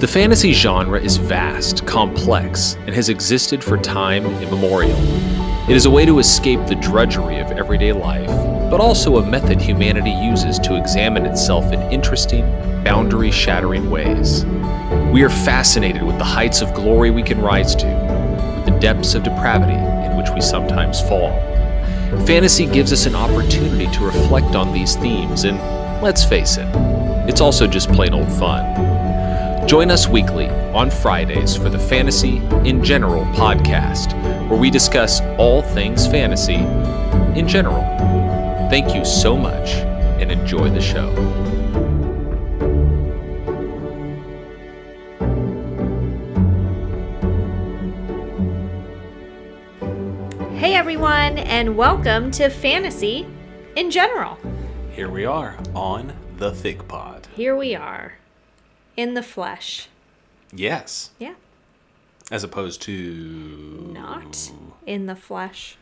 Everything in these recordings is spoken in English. The fantasy genre is vast, complex, and has existed for time immemorial. It is a way to escape the drudgery of everyday life, but also a method humanity uses to examine itself in interesting, boundary shattering ways. We are fascinated with the heights of glory we can rise to, with the depths of depravity in which we sometimes fall. Fantasy gives us an opportunity to reflect on these themes, and let's face it, it's also just plain old fun. Join us weekly on Fridays for the Fantasy in General podcast, where we discuss all things fantasy in general. Thank you so much and enjoy the show. Hey everyone, and welcome to Fantasy in General. Here we are on the Thick Pod. Here we are in the flesh. Yes, Yeah, as opposed to not in the flesh.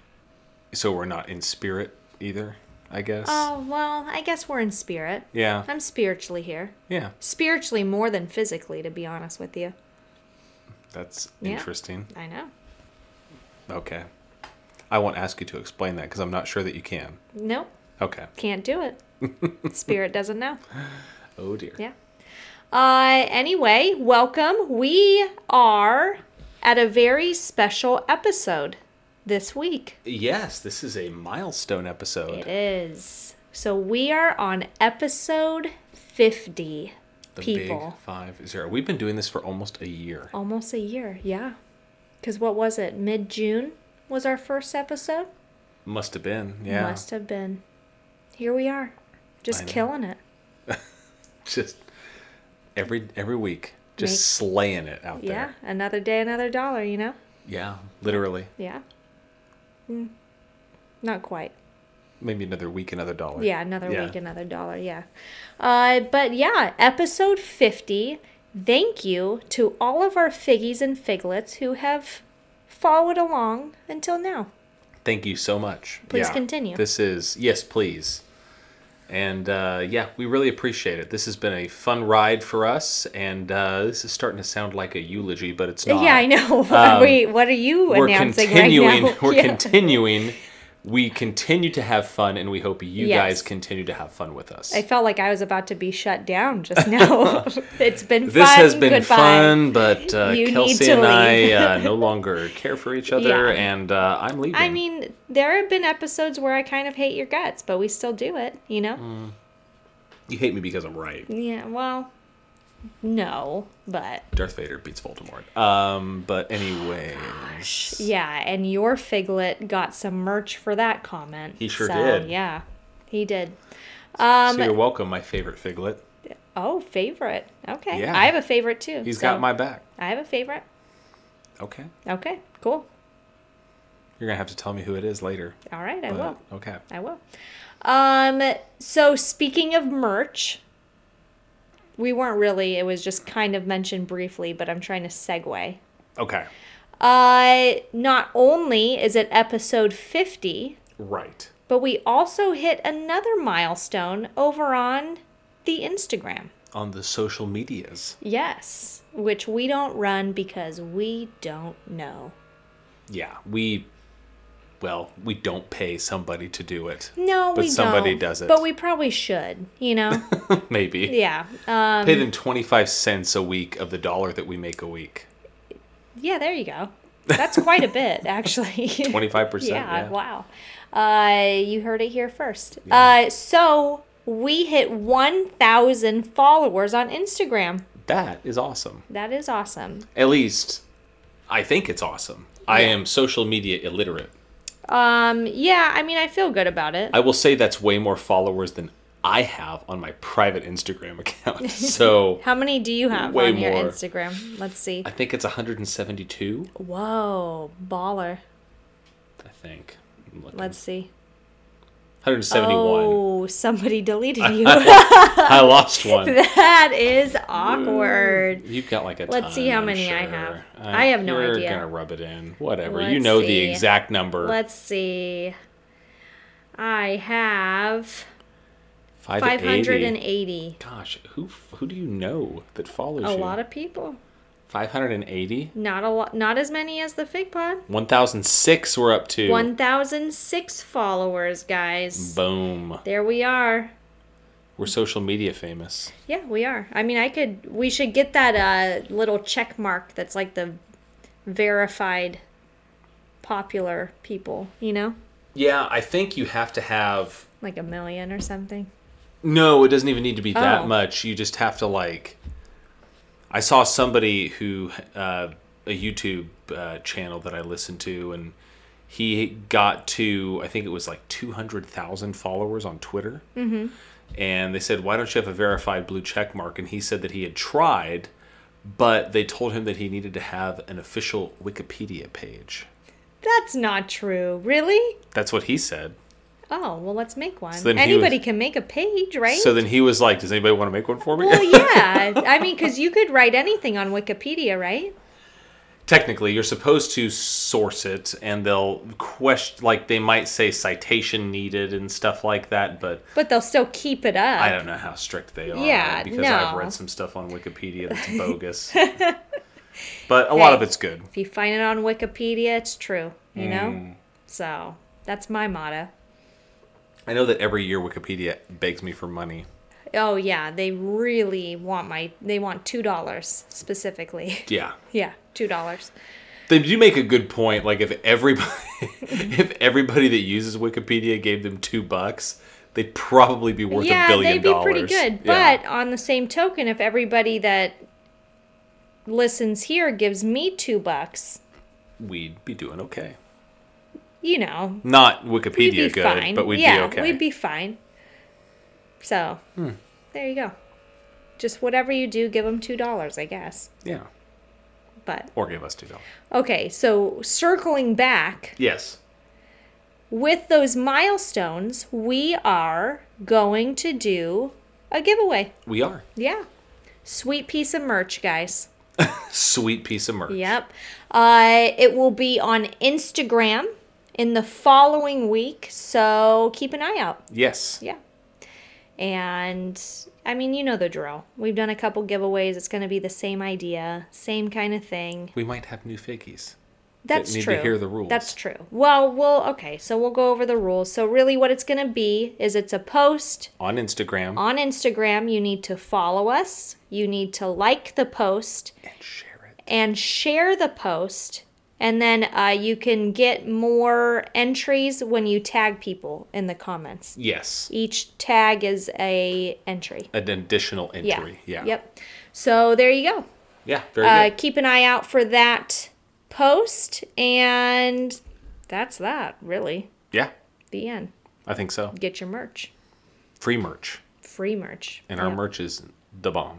So we're not in spirit either, I guess. Oh, well, I guess we're in spirit. Yeah. I'm spiritually here. Yeah. Spiritually more than physically, to be honest with you. That's Yeah. interesting. I know. Okay. I won't ask you to explain that because I'm not sure that you can. Nope, Okay. can't do it. spirit doesn't know. Oh dear. Yeah. Uh, anyway, welcome. We are at a very special episode this week. Yes, this is a milestone episode. It is. So we are on episode 50. the people. big five zero. We've been doing this for almost a year. Almost a year, yeah. Because what was it? Mid June was our first episode? Must have been. Yeah. Must have been. Here we are, I just know. killing it. Just every every week, just Make- slaying it out Yeah, there. another day, another dollar, you know? Yeah. Literally. Yeah. Mm. Not quite. Maybe another week, another dollar. Yeah, another Yeah. week, another dollar. Yeah. Uh, but yeah, episode 50. Thank you to all of our figgies and figlets who have followed along until now. Thank you so much. Please continue. This is yes, please. And uh, yeah, we really appreciate it. This has been a fun ride for us, and uh, this is starting to sound like a eulogy, but it's not. yeah, I know. What are, we, what are you Um, We're announcing continuing. right now? We're Yeah. continuing. We continue to have fun, and we hope you Yes. guys continue to have fun with us. I felt like I was about to be shut down just now. it's been fun. this has been Goodbye. fun, but uh, You need Kelsey to and I leave. uh, no longer care for each other, Yeah. and uh, I'm leaving. I mean, there have been episodes where I kind of hate your guts, but we still do it, you know? Mm. you hate me because I'm right. Yeah, well, no, but. Darth Vader beats Voldemort. Um, but anyway, Yeah, and your figlet got some merch for that comment. He sure did. Yeah, he did. Um, so you're welcome, my favorite figlet. Oh, favorite. Okay. Yeah. I have a favorite too. He's so got my back. I have a favorite. Okay, Okay, cool. you're gonna have to tell me who it is later. All right, I but- will. Okay. I will. Um, so speaking of merch, we weren't really, it was just kind of mentioned briefly, but I'm trying to segue. Okay. Uh, not only is it episode 50, Right. But we also hit another milestone over on the Instagram. On the social medias. Yes, which we don't run because we don't know. Yeah, we. Well, we don't pay somebody to do it. No, But we somebody don't. does it. But we probably should, you know? Maybe yeah. Um, pay them twenty five cents a week of the dollar that we make a week. yeah, there you go. That's quite a bit, actually. Twenty five percent. yeah, Yeah. wow. Uh, you heard it here first. Uh, so we hit 1,000 followers on Instagram. That is awesome. That is awesome. At least, I think it's awesome. I am social media illiterate. Um, yeah, I mean, I feel good about it. I will say that's way more followers than I have on my private Instagram account. So How many do you have Way on your more. Instagram? Let's see. I think it's 172. Whoa, baller. I think. I'm looking. Let's see. 171. Oh, somebody deleted you. I lost one. that is awkward. You've got like a. Let's see ton, how I'm many I sure. have. Uh, I have no you're idea. gonna rub it in. Whatever. you Let's know the see. exact number. Let's see. I have Five to 80. 580. Gosh, who f- who do you know that follows A you? lot of people. 580? Not a lot. Not as many as the Fig Pod. 1006 we're up to. 1,006 followers, guys. Boom. There we are. We're social media famous. Yeah, we are. I mean, I could. We should get that uh, little check mark that's like the verified popular people, you know? Yeah, I think you have to have Like a million or something. No, it doesn't even need to be Oh. that much. You just have to like. I saw somebody who uh, a YouTube uh, channel that I listened to, and he got to I think it was like two hundred thousand followers on Twitter, mm-hmm. and they said, "Why don't you have a verified blue check mark?" And he said that he had tried, but they told him that he needed to have an official Wikipedia page. That's not true. Really? That's what he said. Oh, well, let's make one. then he Anybody was- can make a page, right? So then he was like, "Does anybody want to make one for me?" well, yeah. I mean, because you could write anything on Wikipedia, right? technically you're supposed to source it and they'll question like they might say citation needed and stuff like that but But they'll still keep it up. i don't know how strict they are Yeah, because i've no. read some stuff on wikipedia that's bogus but a lot of Hey. it's good If you find it on Wikipedia, it's true, you Hmm. know? So that's my motto. i know that every year wikipedia begs me for money Oh, yeah. They really want my, they want $2 specifically. yeah yeah, $2. they do make a good point like if everybody if everybody that uses wikipedia gave them two bucks they'd probably be worth a yeah, billion they'd be dollars pretty good. Yeah. But on the same token, if everybody that listens here gives me two bucks, we'd be doing okay you know, not we'd wikipedia be good fine. but we'd yeah, be okay we'd be fine. So there you go. Just whatever you do, give them two dollars, I guess. Yeah. But Or give us two dollars. okay, so circling back Yes. with those milestones, we are going to do a giveaway. We are. Yeah, sweet piece of merch, guys. Sweet piece of merch. Yep. Uh, it will be on Instagram in the following week, so keep an eye out. Yes. Yeah. And I mean, you know the drill. We've done a couple giveaways. It's going to be the same idea, same kind of thing. We might have new figgies. That's need to true. hear the rules. That's true. Well, we'll okay. So we'll go over the rules. So really, what it's going to be is it's a post On Instagram. on Instagram. You need to follow us. You need to like the post. and share it. and share the post. And then uh, you can get more entries when you tag people in the comments. Yes. Each tag is a entry. An additional Yeah. entry. Yeah. Yep. So there you go. Yeah. Very Uh, good. keep an eye out for that post, and that's that. Really, Yeah. the end. I think so. Get your merch, Free merch. free merch. And our Yeah. merch is the bomb.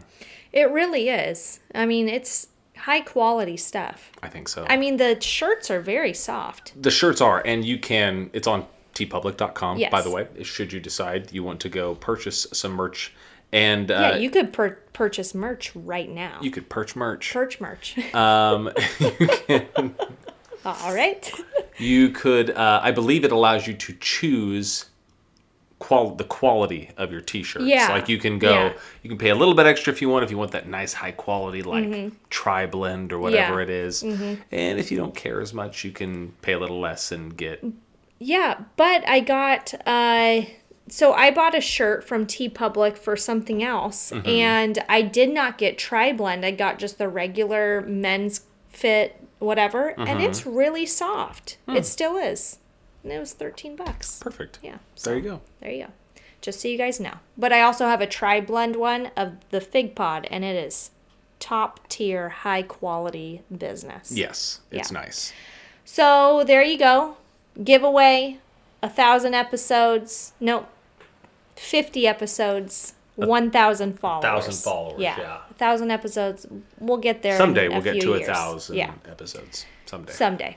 It really is. I mean, it's high quality stuff. I think so. I mean, the shirts are very soft. the shirts are, and you can, it's on tpublic.com, by Yes. the way, should you decide you want to go purchase some merch. And uh, Yeah, you, you could pur- purchase merch right now. could perch merch. Church merch. um, All right. you could uh, i believe it allows you to choose qual- the quality of your t-shirts Yeah. like you can go Yeah. you can pay a little bit extra if you want if you want that nice high quality like tri blend or whatever Mm-hmm. Yeah. Mm-hmm. it is. and if you don't care as much you can pay a little less and get Mm. Yeah, but I got uh so I bought a shirt from T Public for something else Mm-hmm. and I did not get tri blend. I got just the regular men's fit whatever Mm-hmm. and it's really soft. Hmm. It still is. And it was 13 bucks. perfect Yeah. there you go There you go. Just so you guys know. But I also have a tri blend one of the Fig Pod and it is top tier high quality business. yes it's Yeah. nice So there you go. Giveaway, a thousand episodes. Nope, fifty episodes. One thousand followers. thousand followers, yeah. a thousand episodes. We'll get there. in someday we'll few get to years. a thousand Yeah, episodes someday someday.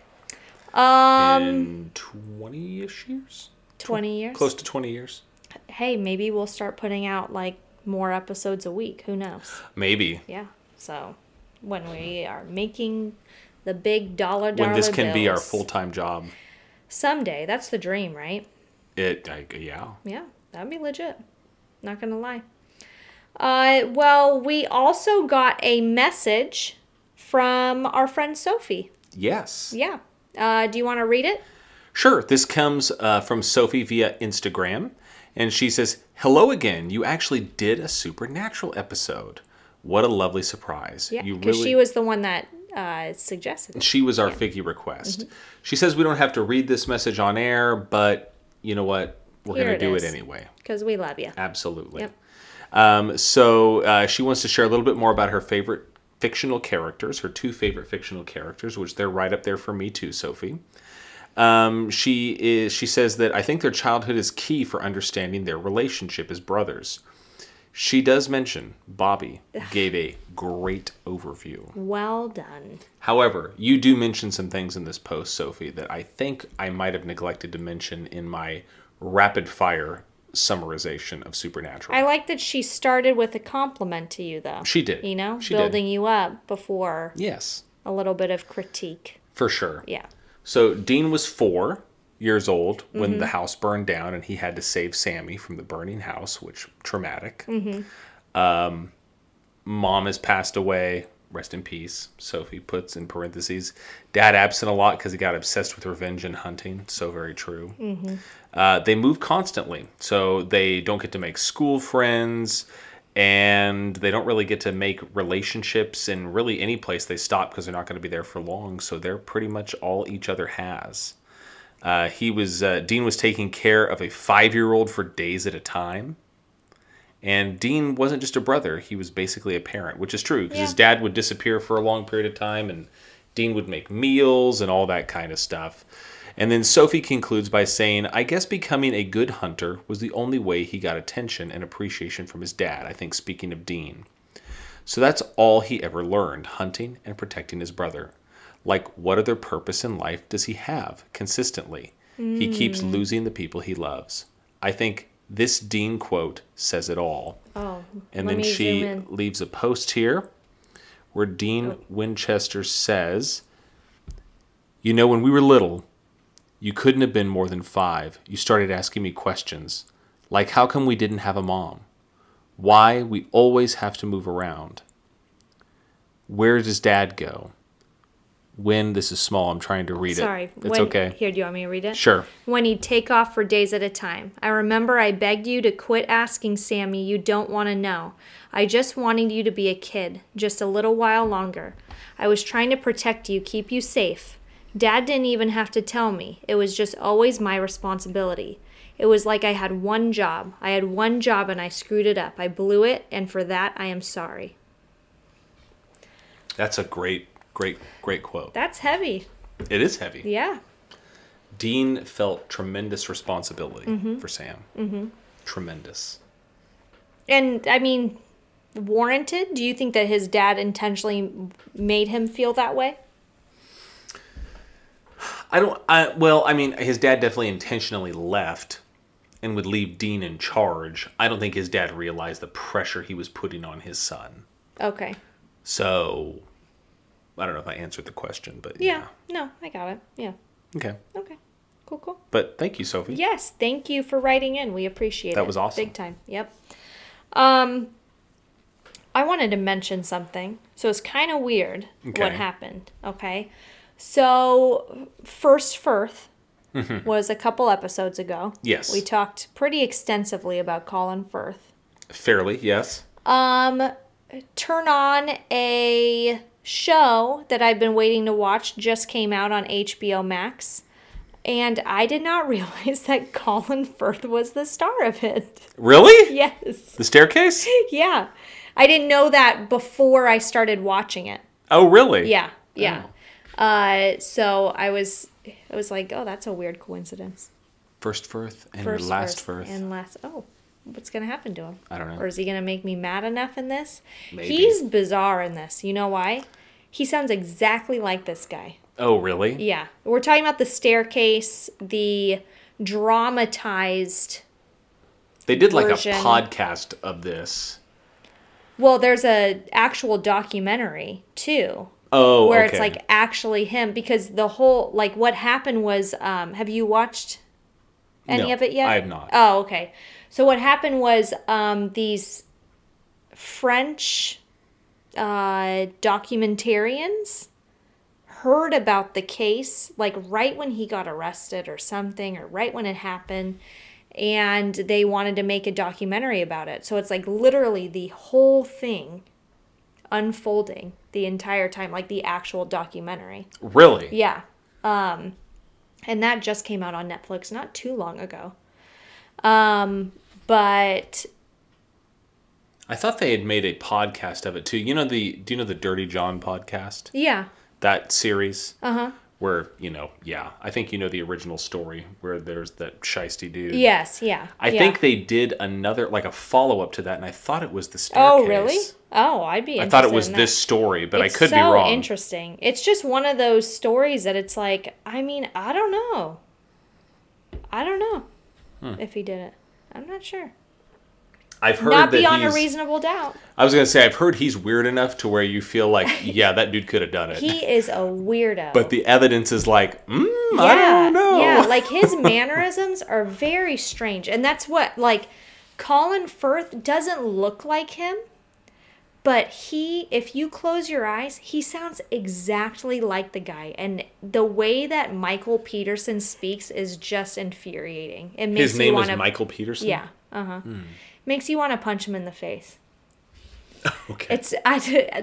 Um, in 20ish years twenty years. close to 20 years Hey, maybe we'll start putting out like more episodes a week. Who knows? maybe Yeah. So when we are making the big dollar dollar when this can be our bills. full-time job someday. That's the dream, right? it I, yeah Yeah, that'd be legit. Not gonna lie. Uh, well, we also got a message from our friend Sophie. Yes. Yeah. Uh, do you want to read it? Sure. This comes uh, from Sophie via Instagram. And she says, Hello again. You actually did a supernatural episode. What a lovely surprise. Yeah. you Because she was the one that uh, suggested. it. she was our figgy request. Mm-hmm. She says we don't have to read this message on air, but you know what? We're Here going to it do is. it anyway. Because we love you. Absolutely. Yep. Um, so uh, she wants to share a little bit more about her favorite fictional characters, her two favorite fictional characters, which they're right up there for me too, Sophie. Um, she is. She says that I think their childhood is key for understanding their relationship as brothers. She does mention Bobby gave a great overview. Well done. However, you do mention some things in this post, Sophie, that I think I might have neglected to mention in my rapid fire summarization of Supernatural. I like that she started with a compliment to you, though. she did. You know, she building you up before Did. Yes, a little bit of critique. for sure. Yeah. So Dean was four years old when Mm-hmm. the house burned down, and he had to save Sammy from the burning house, which traumatic. Um, Mm-hmm. mom has passed away. Rest in peace. Sophie puts in parentheses. Dad absent a lot because he got obsessed with revenge and hunting. So very true. Uh, they move constantly, so they don't get to make school friends, and they don't really get to make relationships in really any place they stop because they're not going to be there for long. So they're pretty much all each other has. Uh, he was uh, Dean was taking care of a five year old for days at a time. And Dean wasn't just a brother; he was basically a parent, which is true because his dad would disappear for a long period of time, and Dean would make meals and all that kind of stuff. And then Sophie concludes by saying, "I guess becoming a good hunter was the only way he got attention and appreciation from his dad." I think speaking of Dean, so that's all he ever learned: hunting and protecting his brother. Like, what other purpose in life does he have consistently? He keeps losing the people he loves. I think this Dean quote says it all. Oh, And let then me she zoom in. Oh. leaves a post here where Dean Winchester says, You know, when we were little, you couldn't have been more than five. You started asking me questions like, How come we didn't have a mom? Why we always have to move around? Where does dad go? When this is small, I'm trying to read Sorry. it. It's when, okay. Here, do you want me to read it? Sure. When he'd take off for days at a time. I remember I begged you to quit asking Sammy, you don't want to know. I just wanted you to be a kid, just a little while longer. I was trying to protect you, keep you safe. Dad didn't even have to tell me, it was just always my responsibility. It was like I had one job. I had one job and I screwed it up. I blew it, and for that, I am sorry. That's a great, great, great quote. That's heavy. It is heavy. Yeah. Dean felt tremendous responsibility for Sam. Mm-hmm. Tremendous. And I mean, warranted? Do you think that his dad intentionally made him feel that way? I don't. I, well, I mean, his dad definitely intentionally left and would leave Dean in charge. I don't think his dad realized the pressure he was putting on his son. Okay. So, I don't know if I answered the question, but Yeah. No, I got it. Yeah. yeah. Okay. Okay. Cool, cool. But thank you, Sophie. Yes, thank you for writing in. We appreciate it. That was awesome. Big time. Yep. Um I wanted to mention something. So it's kind of weird what Okay. happened, okay? So First Firth was a couple episodes ago. Mm-hmm. Yes. We talked pretty extensively about Colin Firth. Fairly, yes. um turn on a show that I've been waiting to watch just came out on HBO Max and I did not realize that Colin Firth was the star of it. Really? Yes. The staircase? Yeah. I didn't know that before I started watching it. Oh, really? Yeah. Yeah. Uh so I was I was like, "Oh, that's a weird coincidence." First Firth and your last Firth. and last oh what's gonna happen to him I don't know. or is he gonna make me mad enough in this Maybe. he's bizarre in this you know why he sounds exactly like this guy Oh, really? yeah we're talking about the staircase the dramatized They did like Version. a podcast of this. well there's a actual documentary too Oh, where it's okay. like actually him because the whole like what happened was um have you watched any No, of it yet I have not. oh okay So what happened was um, these French uh, documentarians heard about the case like right when he got arrested or something or right when it happened and they wanted to make a documentary about it. So it's like literally the whole thing unfolding the entire time like the actual documentary. Really? Yeah. Um, and that just came out on Netflix not too long ago. Um, but I thought they had made a podcast of it too. You know the do you know the Dirty John podcast? yeah, That series? Uh-huh. Where, you know, yeah. I think you know the original story where there's that shisty dude. yes, yeah. I yeah. think they did another like a follow up to that and I thought it was the staircase. Oh, really? Oh, I'd be. I thought it interested was in that. this story, but It's I could so be wrong. Interesting. It's just one of those stories that it's like, I mean, I don't know. I don't know if he did it. I'm not sure. I've Hmm. heard Not that beyond a he's- reasonable doubt. I was gonna say I've heard he's weird enough to where you feel like, yeah, that dude could have done it. He is a weirdo. but the evidence is like, mm, yeah, I don't know. yeah, like his mannerisms are very strange, and that's what like Colin Firth doesn't look like him, but he, if you close your eyes, he sounds exactly like the guy, and the way that Michael Peterson speaks is just infuriating. It makes His you name is wanna- Michael Hmm. Peterson. Yeah, uh huh. Makes you want to punch him in the face. Okay. It's I,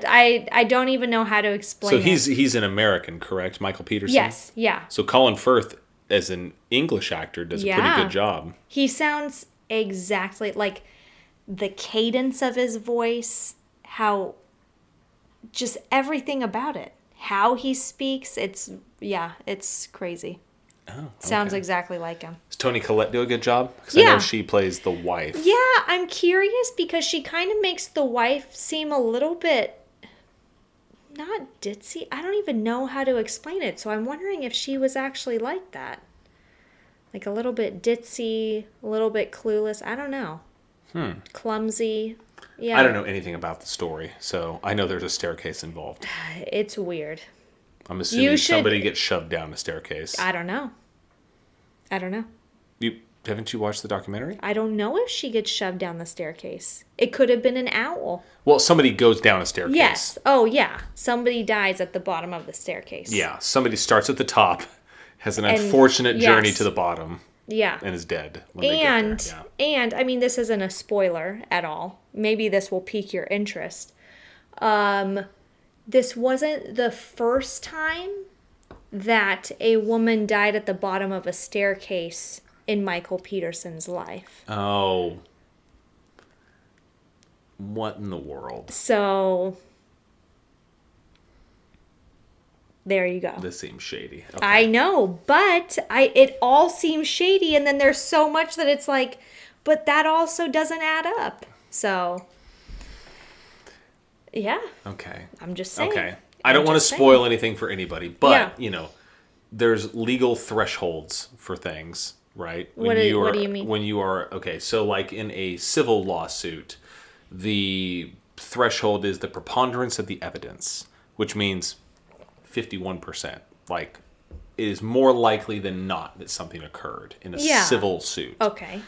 I, I don't even know how to explain. so it. he's he's an American, correct? Michael Peterson. yes, yeah. So Colin Firth, as an English actor, does a pretty Yeah. good job. He sounds exactly like the cadence of his voice, how just everything about it, how he speaks. It's, yeah, it's crazy. Oh, Sounds okay. exactly like him. Does Tony Collette do a good job? Because I Yeah. know she plays the wife. Yeah, I'm curious because she kind of makes the wife seem a little bit not ditzy. I don't even know how to explain it. So I'm wondering if she was actually like that. Like a little bit ditzy, a little bit clueless. I don't know. Hmm. Clumsy. Yeah. I don't know anything about the story, so I know there's a staircase involved. It's weird. I'm assuming should- somebody gets shoved down a staircase. I don't know. I don't know. You haven't you watched the documentary? I don't know if she gets shoved down the staircase. It could have been an owl. Well, somebody goes down a staircase. Yes. Oh, yeah. Somebody dies at the bottom of the staircase. Yeah, somebody starts at the top, has an And- unfortunate journey yes. to the bottom, Yeah. and is dead. When they get there, and yeah. and i mean this isn't a spoiler at all maybe this will pique your interest um this wasn't the first time that a woman died at the bottom of a staircase in michael peterson's life Oh. What in the world? so there you go This seems shady. Okay. I know, but I it all seems shady and then there's so much that it's like but that also doesn't add up. So Yeah, okay. I'm just saying. Okay. I don't I'm want to just saying. spoil anything for anybody, but Yeah. you know, there's legal thresholds for things, right? When What do- you are, what do you mean? When you are okay, so like in a civil lawsuit, the threshold is the preponderance of the evidence, which means fifty-one percent. Like, it is more likely than not that something occurred in a Yeah. civil suit. Okay.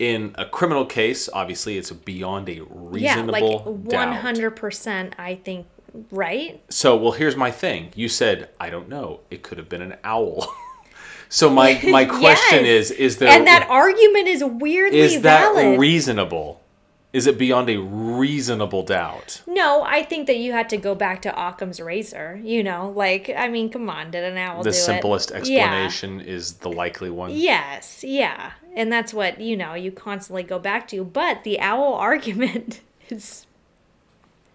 In a criminal case, obviously, it's beyond a Yeah, like reasonable doubt. 100% I think right? So, well, here's my thing. You said I don't know. It could have been an owl. so my my question is: Yes. Is there And that argument is weirdly is that valid. reasonable? Is it beyond a reasonable doubt? no, I think that you had to go back to Occam's razor, you know, like I mean, come on, did an owl The do simplest it? Yeah. explanation is the likely one. Yes, yeah. And that's what, you know, you constantly go back to. But the owl argument is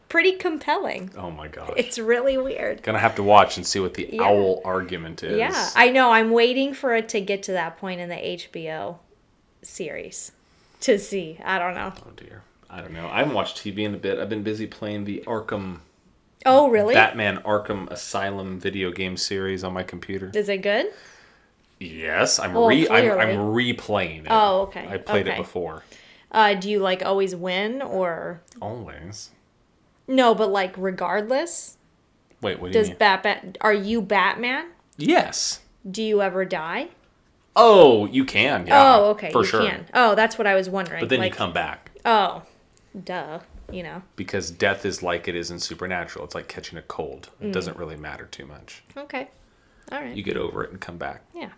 pretty compelling. Oh my gosh! It's really weird. Gonna have to watch and see what the Yeah. owl argument is. Yeah, I know. I'm waiting for it to get to that point in the HBO series to see. I don't know. oh dear. I don't know. I haven't watched TV in a bit. I've been busy playing the Arkham Oh, really? Batman Arkham Asylum video game series on my computer. Is it good? Yes, I'm Well, re I'm, I'm clearly. replaying it. Oh, okay, I played it okay. before. Uh, do you like always win or Always. no? But like regardless, Wait, what do does you mean? Batman? Are you Batman? yes. Do you ever die? Oh, you can. Yeah, oh, okay. for you sure. can. Oh, that's what I was wondering. But then like, you come back Oh, duh. You know. because death is like it is in Supernatural. It's like catching a cold. Mm. It doesn't really matter too much. Okay. All right. You get over it and come back. yeah.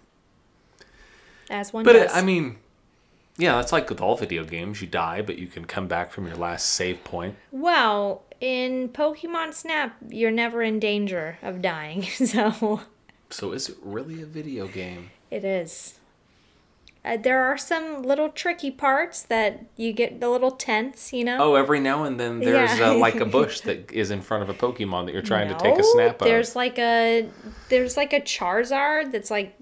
As one But it, does. I mean, yeah, that's like with all video games. You die, but you can come back from your last save point. well, in Pokemon Snap, you're never in danger of dying. So So is it really a video game? it is. Uh, there are some little tricky parts that you get the little tense, you know. Oh, every now and then there's Yeah. uh, like a bush that is in front of a Pokemon that you're trying to take a snap of. There's like a there's like a Charizard that's like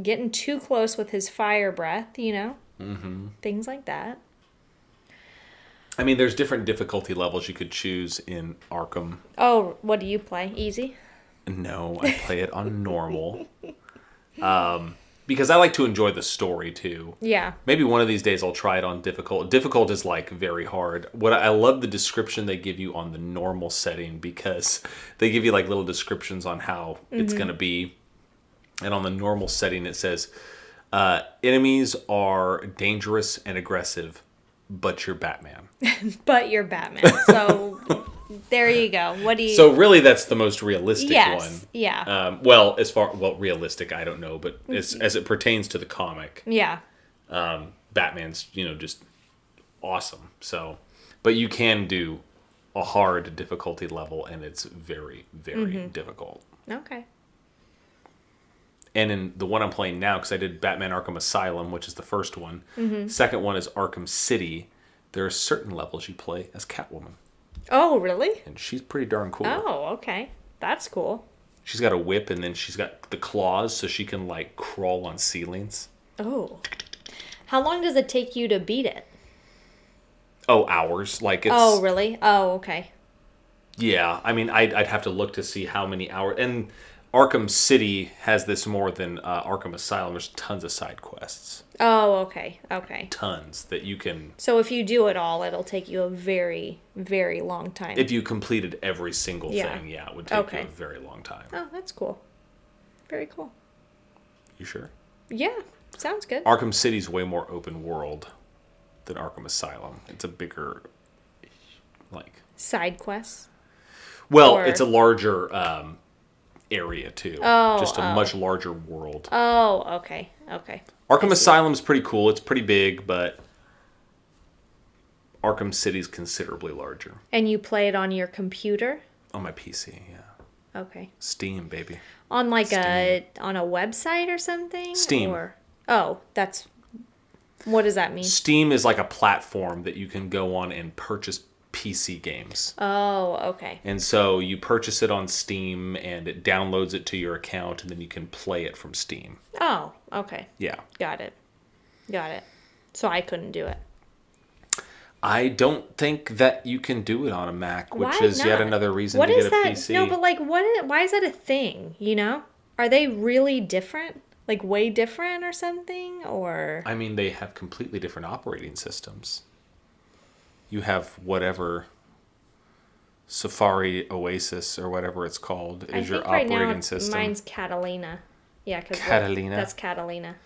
getting too close with his fire breath, you know? Mm-hmm. Things like that. I mean, there's different difficulty levels you could choose in Arkham. Oh, what do you play? Easy? No, I play it on normal. Um, because I like to enjoy the story too. Yeah. Maybe one of these days I'll try it on difficult. Difficult is like very hard. What I I love the description they give you on the normal setting because they give you like little descriptions on how it's going to be. And on the normal setting, it says uh, enemies are dangerous and aggressive, but you're Batman. But you're Batman. So there you go. What do you So really, that's the most realistic Yes. one. Yeah. Um, well, as far well realistic, I don't know, but as as it pertains to the comic, yeah. Batman's you know just awesome. So, but you can do a hard difficulty level, and it's very very Mm-hmm. difficult. Okay. And in the one I'm playing now, because I did Batman Arkham Asylum, which is the first one. Mm-hmm. Second one is Arkham City. There are certain levels you play as Catwoman, Oh, really? and she's pretty darn cool. Oh, okay. That's cool. She's got a whip, and then she's got the claws, so she can like crawl on ceilings. Oh. How long does it take you to beat it? Oh, hours. Like it's Oh, really? Oh, okay. yeah. I mean, I'd, I'd have to look to see how many hours. And Arkham City has this more than uh, Arkham Asylum. There's tons of side quests, Oh, okay. Okay. tons that you can. So if you do it all, it'll take you a very, very long time. If you completed every single Yeah. thing, yeah, it would take Okay. you a very long time. oh, that's cool. Very cool. You sure? Yeah, sounds good. Arkham City's way more open world than Arkham Asylum. It's a bigger, like, Side quests. well, Or- it's a larger um, area too. Oh, just a oh. much larger world. Oh, okay, okay. Arkham Asylum's pretty cool. It's pretty big, but Arkham City's considerably larger And you play it on your computer? on my PC. Yeah, Okay. Steam baby. On like a on a website or something? Steam. Or oh, that's what does that mean? Steam is like a platform that you can go on and purchase PC games. Oh, okay. And so you purchase it on Steam and it downloads it to your account and then you can play it from Steam. Oh, okay. Yeah. Got it. Got it. So I couldn't do it. I don't think that you can do it on a Mac, which Why is yet not? another reason What to get is a that? PC. No, but like, what? i- Why is that a thing? You know, are they really different? Like way different or something? Or I mean, they have completely different operating systems. You have whatever Safari Oasis or whatever it's called is I your think operating right now system. mine's Catalina. Yeah, because Catalina? That's Catalina.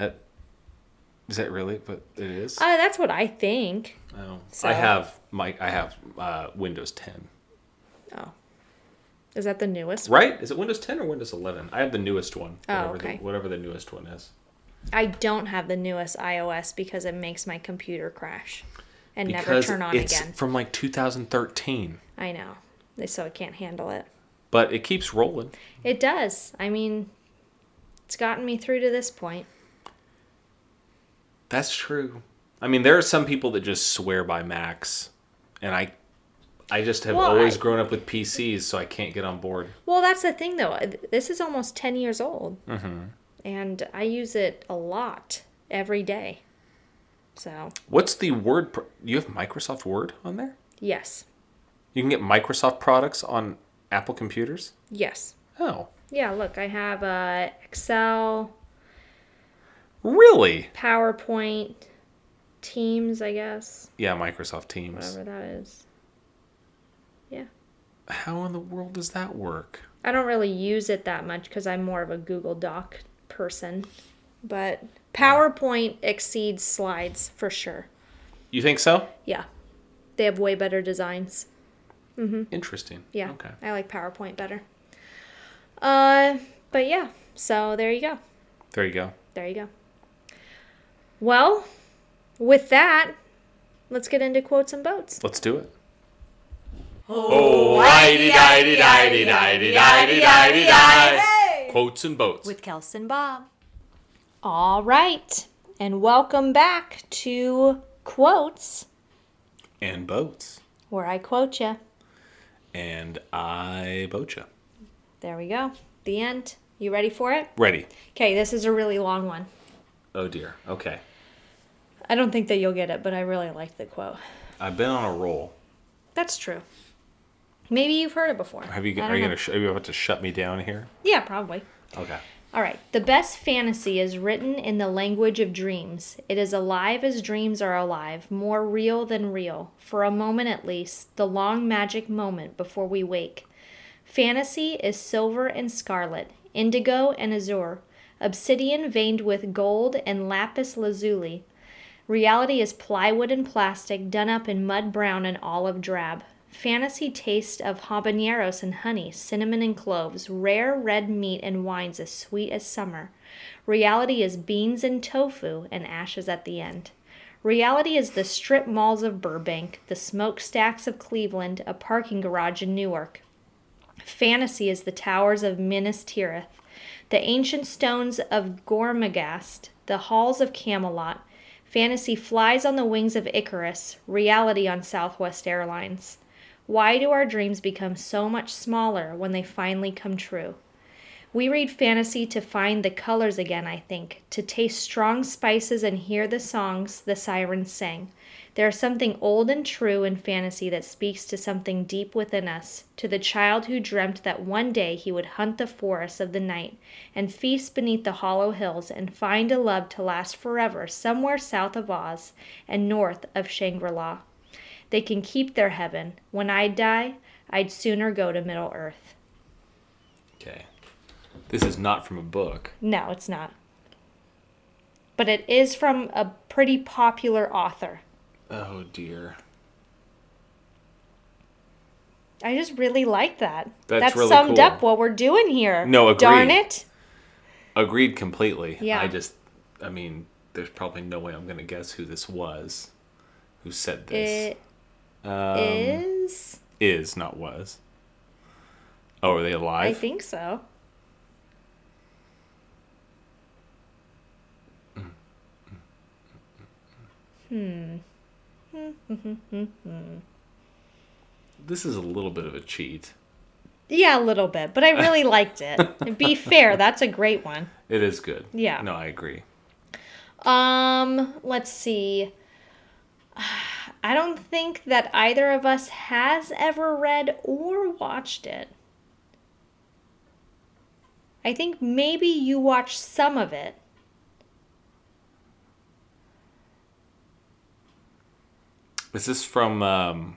Uh, is that really? But it is. Oh, that's what I think. Oh. so- I have my I have uh, Windows 10. Oh, is that the newest? Right? Is it Windows 10 or Windows 11? I have the newest one. Oh, Whatever okay. The, whatever the newest one is. I don't have the newest iOS because it makes my computer crash and never Because turn on it's again. from like 2013, I know, so it can't handle it. but it keeps rolling. It does. I mean, it's gotten me through to this point. That's true. I mean, there are some people that just swear by Macs, and I, I just have Well, always I- grown up with PCs, so I can't get on board. Well, that's the thing, though. This is almost 10 years old. Mm-hmm. And I use it a lot every day. So, What's the Word? Pro- you have Microsoft Word on there. yes. You can get Microsoft products on Apple computers. Yes. Oh, Yeah, look, I have uh, Excel, really? PowerPoint, Teams, I guess, Yeah, Microsoft Teams. whatever that is. Yeah. How in the world does that work? I don't really use it that much because I'm more of a Google Doc person. But PowerPoint exceeds slides for sure. You think so? Yeah. They have way better designs. Interesting. Yeah. Okay. I like PowerPoint better. Uh, but yeah. So there you go. There you go. There you go. Well, with that, let's get into quotes and boats. Let's do it. Quotes and boats. With Kelson Bob. All right. And welcome back to Quotes, And boats. where I quote you. And I boat ya. There we go. The end. You ready for it? Ready. Okay, this is a really long one. Oh dear. Okay. I don't think that you'll get it, but I really like the quote. I've been on a roll. That's true. Maybe you've heard it before. Have you? I Are don't you know. gonna? Sh- are you about to shut me down here? Yeah, probably. Okay. All right. The best fantasy is written in the language of dreams. It is alive as dreams are alive, more real than real, for a moment at least, the long magic moment before we wake. Fantasy is silver and scarlet, indigo and azure, obsidian veined with gold and lapis lazuli. Reality is plywood and plastic done up in mud brown and olive drab. Fantasy taste of habaneros and honey, cinnamon and cloves, rare red meat and wines as sweet as summer. Reality is beans and tofu and ashes at the end. Reality is the strip malls of Burbank, the smokestacks of Cleveland, a parking garage in Newark. Fantasy is the towers of Minas Tirith, the ancient stones of Gormagast, the halls of Camelot. Fantasy flies on the wings of Icarus, reality on Southwest Airlines. Why do our dreams become so much smaller when they finally come true? We read fantasy to find the colors again, I think, to taste strong spices and hear the songs the sirens sang. There is something old and true in fantasy that speaks to something deep within us, to the child who dreamt that one day he would hunt the forests of the night and feast beneath the hollow hills and find a love to last forever somewhere south of Oz and north of Shangri La. They can keep their heaven. When I die, I'd sooner go to Middle Earth. Okay. This is not from a book. No, it's not. But it is from a pretty popular author. Oh dear. I just really like that. That's That's really summed cool. up what we're doing here. No, agreed. Darn it. Agreed completely. Yeah. I just. I mean, there's probably no way I'm gonna guess who this was, who said this. It Um, is. is not was. Oh, are they I alive? think so. This is a little bit of a cheat. Yeah, a little bit, but I really liked it. Be fair, that's a great one. It is good. Yeah. No, I agree. Um, let's see. I don't think that either of us has ever read or watched it. I think maybe you watched some of it. Is this from um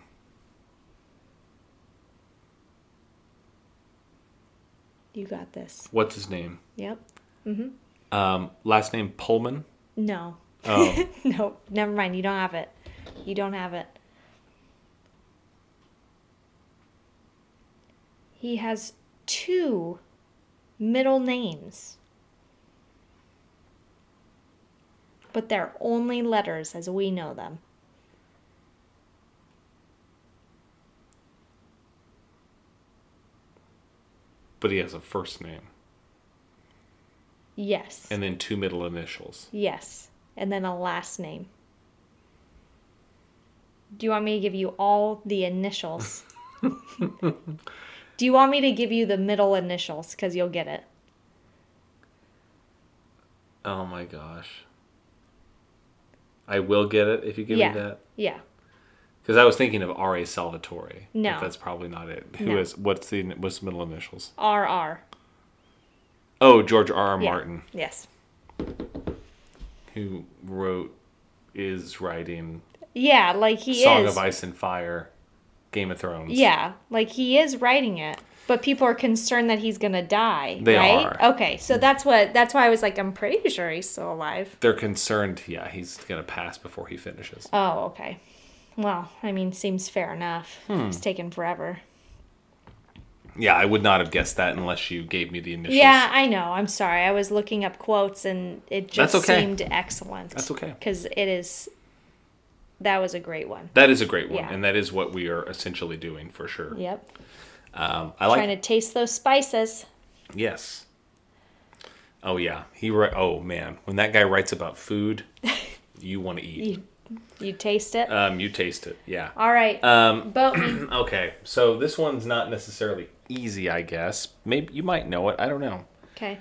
You got this. what's his name? Yep. Um last name Pullman? No. Oh. no, never mind. You don't have it. You don't have it. He has two middle names, but they're only letters as we know them. but he has a first name Yes. and then two middle initials. yes. And then a last name. Do you want me to give you all the initials? Do you want me to give you the middle initials? Because you'll get it. Oh my gosh. I will get it if you give yeah. me that. Yeah. Because I was thinking of R.A. Salvatore. but No. that's probably not it. Who is? No. what's the what's the middle initials? RR. Oh, George R. R. Yeah. Martin, Yes. who wrote is writing Yeah, like he Song is. of Ice and Fire, Game of Thrones. yeah, like he is writing it. But people are concerned that he's gonna die. They right? are. Okay, so that's what that's why I was like, I'm pretty sure he's still alive. They're concerned, yeah, he's gonna pass before he finishes. Oh, okay. Well, I mean, seems fair enough. Hmm. It's taken forever. Yeah, I would not have guessed that unless you gave me the initials. Yeah, I know. I'm sorry. I was looking up quotes and it just That's okay. seemed excellent. That's okay. Because it is. That was a great one. That is a great one, Yeah. and that is what we are essentially doing for sure. Yep. Um, I like Trying to taste those spices. Yes. Oh yeah, he wri- Oh man, when that guy writes about food, you want to eat. You, you taste it. Um, you taste it. Yeah. All right. Um, Boat me. okay, so this one's not necessarily easy, I guess. Maybe you might know it. I don't know. Okay.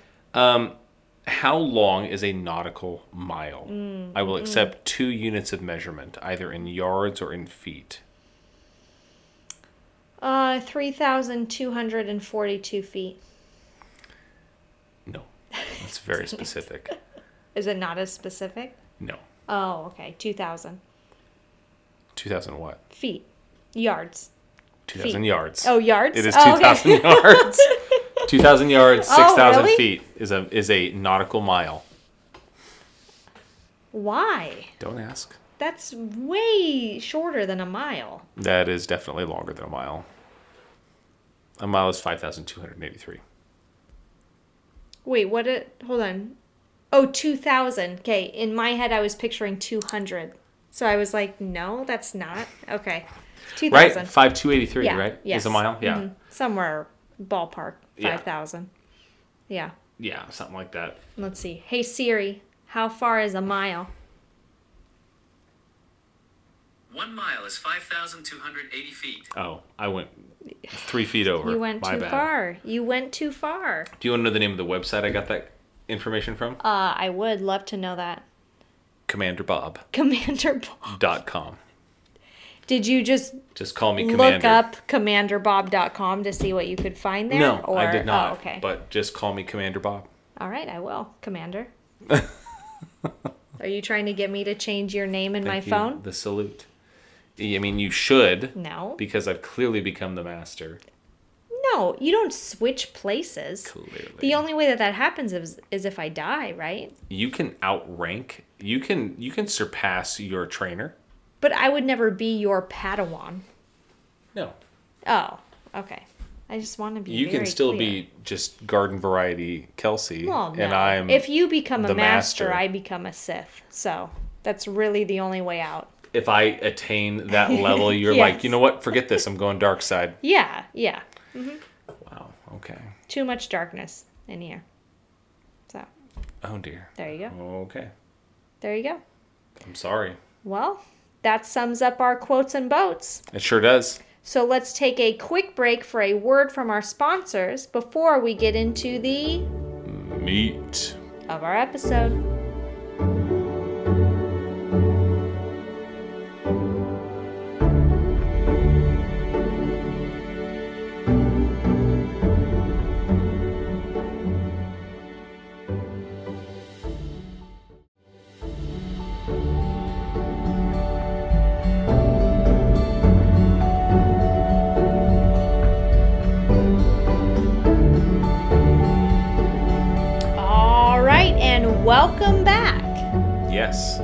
How long is a nautical mile? Mm, I will accept two units of measurement, either in yards or in feet. Uh, 3,242 feet. No, that's very specific. Is it not as specific? No, Oh, okay. 2,000 two thousand what? feet. Yards. Two thousand Feet. yards. Oh, yards? It is oh, 2,000 yards. 2,000 yards, Oh, 6,000 really? feet is a is a nautical mile. Why? Don't ask. That's way shorter than a mile. That is definitely longer than a mile. A mile is 5,283. Wait, what? It, hold on. Oh, 2,000. Okay, in my head, I was picturing 200. So I was like, no, that's not. Okay. 2,000. Right? 5,283, Yeah, right? yes. Is a mile? Yeah. Mhm. Somewhere ballpark, Yeah. 5,000. Yeah. Yeah, something like that. Let's see. Hey, Siri, how far is a mile? One mile is 5,280 feet. Oh, I went three feet over. You went My too bad. far. You went too far. Do you want to know the name of the website I got that information from? Uh, I would love to know that. CommanderBob.com. Commander Bob. Did you just Just call me look Commander. up commanderbob.com to see what you could find there? no, I Or- did not. Oh, okay. But just call me Commander Bob. All right, I will, Commander. Are you trying to get me to change your name in my Thank you. phone? The salute. I mean, you should. No. Because I've clearly become the master. No, you don't switch places. Clearly. The only way that that happens is, is if I die, right? you can outrank. You can you can surpass your trainer. But I would never be your Padawan. No. Oh, okay. I just want to be. You can very still clear. be just garden variety Kelsey Well, no. and I'm If you become a the master, master. I become a Sith. So that's really the only way out. if I attain that level you're like, Yes. "You know what? Forget this. I'm going dark side." Yeah, yeah. Wow. Okay. Too much darkness in here. So Oh dear. there you go. Okay. There you go. I'm sorry. Well, that sums up our quotes and boats. It sure does. So let's take a quick break for a word from our sponsors before we get into the Meat. of our episode. All right, and welcome back Yes.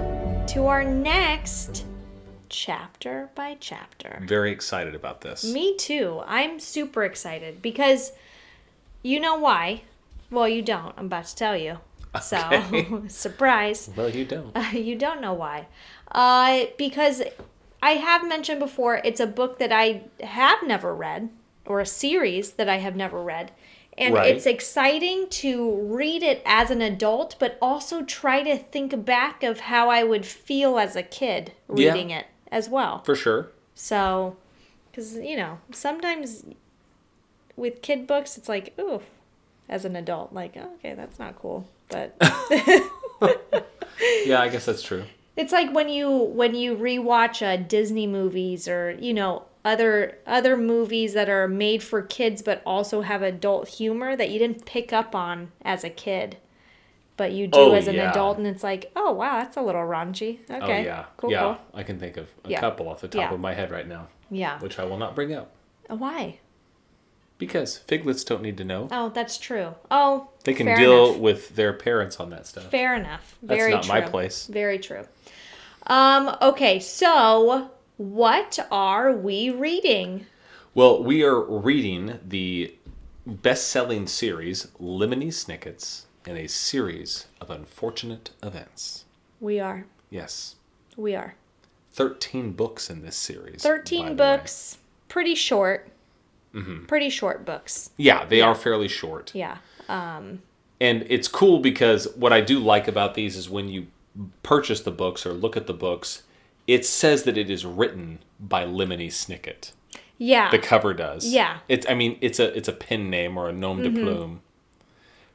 to our next chapter by chapter. Very excited about this. Me too. I'm super excited because you know why? Well, you don't. I'm about to tell you. So, Okay. surprise. Well, you don't. you don't know why. Uh, because I have mentioned before, it's a book that I have never read, or a series that I have never read. And Right. it's exciting to read it as an adult, but also try to think back of how I would feel as a kid Yeah. reading it as well. For sure. So, because, you know, sometimes with kid books, it's like, ooh, as an adult, like, "Oh, okay, that's not cool. But. Yeah, I guess that's true. It's like when you when you rewatch uh, Disney movies or you know other other movies that are made for kids but also have adult humor that you didn't pick up on as a kid, but you do Oh, as an yeah. adult, and it's like, oh wow, that's a little raunchy. Okay, Oh yeah. cool, yeah. cool. I can think of a Yeah. Ah. couple off the top Yeah. Oh, of my head right now, yeah. which I will not bring up Why? Because figlets don't need to know. Oh, that's true. Oh, They can fair deal enough. with their parents on that stuff. Fair enough. That's Very not true. my place. Very true. Um, okay, so what are we reading? Well, we are reading the best-selling series Lemony Snicket's and a series of unfortunate events. We are. Yes. We are. 13 books in this series. by 13 the way. Mm-hmm. books, pretty short. Pretty short books. Yeah, they are fairly short. Yeah. and it's cool because what I do like about these is when you purchase the books or look at the books, it says that it is written by Lemony Snicket. Yeah. The cover does. Yeah. Mm-hmm. It's I mean it's a it's a pen name or a nom de plume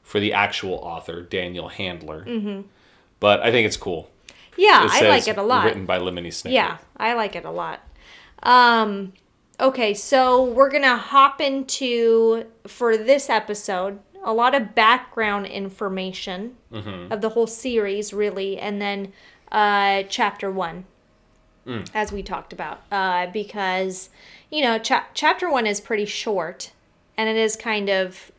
for the actual author Daniel Handler. Mm-hmm. But I think it's cool. yeah, It I says like it a lot. Written by Lemony Snicket. Yeah, I like it a lot. Um, okay, so we're gonna hop into for this episode a lot of background information of the whole series, really, and then uh, chapter one, as we talked about, uh, because you know cha- chapter one is pretty short, and it is kind of